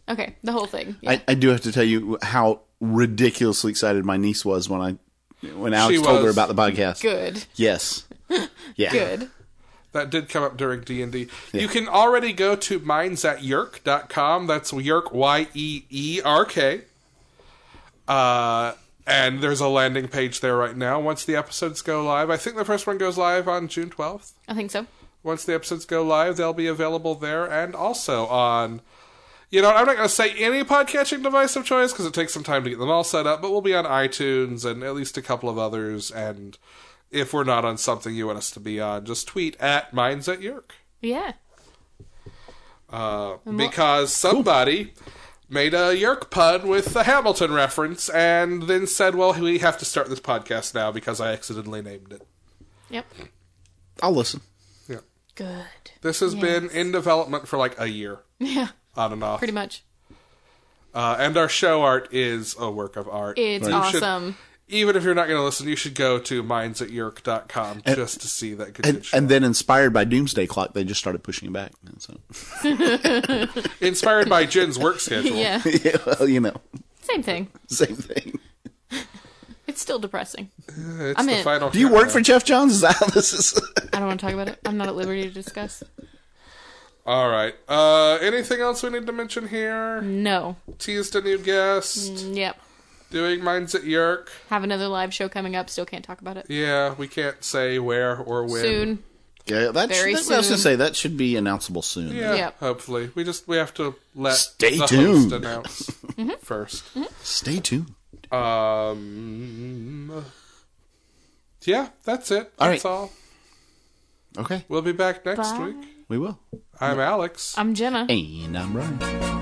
Okay, the whole thing. Yeah.
I, I do have to tell you how ridiculously excited my niece was when I when Alex
She
told her
was.
about the podcast.
Good.
Yes, yeah,
Good.
That did come up during D&D. You can already go to mines at yerk.com. That's yerk, E Y-E-E-R-K. Uh, and there's a landing page there right now. Once the episodes go live, I think the first one goes live on June 12th.
I think so.
Once the episodes go live, they'll be available there and also on. You know, I'm not going to say any podcatching device of choice because it takes some time to get them all set up, but we'll be on iTunes and at least a couple of others. And if we're not on something you want us to be on, just tweet at Minds at York.
Yeah.
Uh, because somebody made a York pun with the Hamilton reference and then said, well, we have to start this podcast now because I accidentally named it.
Yep.
I'll listen.
Yeah.
Good.
This has been in development for like a year
Yeah.
on and off.
Pretty much.
Uh, and our show art is a work of art.
It's
You should-
awesome.
even if you're not going to listen, you should go to mindsatyork.com just to see that good,
And,
good show.
and then, inspired by Doomsday Clock, they just started pushing it back. And so,
Inspired by Jen's work schedule.
Yeah.
yeah, well, you know,
Same thing.
same thing.
It's still depressing.
It's
I'm
the
in.
final
Do you work for
countdown.
Jeff Johns? Is that how this is?
I don't want to talk about it. I'm not at liberty to discuss.
All right. Uh, anything else we need to mention here?
No.
Teased a new guest.
Yep.
Doing Minds at York.
Have another live show coming up. Still can't talk about it.
Yeah, we can't say where or when.
Soon.
yeah, that
Very
should, I was
soon.
gonna say that should be announceable soon.
Yeah,
Yep.
hopefully. We just we have to let
Stay
the
tuned. Mm-hmm.
host announce first.
Stay tuned.
Um, yeah, that's it.
All
that's
right.
all.
Okay,
We'll be back next
Bye.
week.
we will.
I'm Alex.
I'm Jenna.
And I'm Ryan.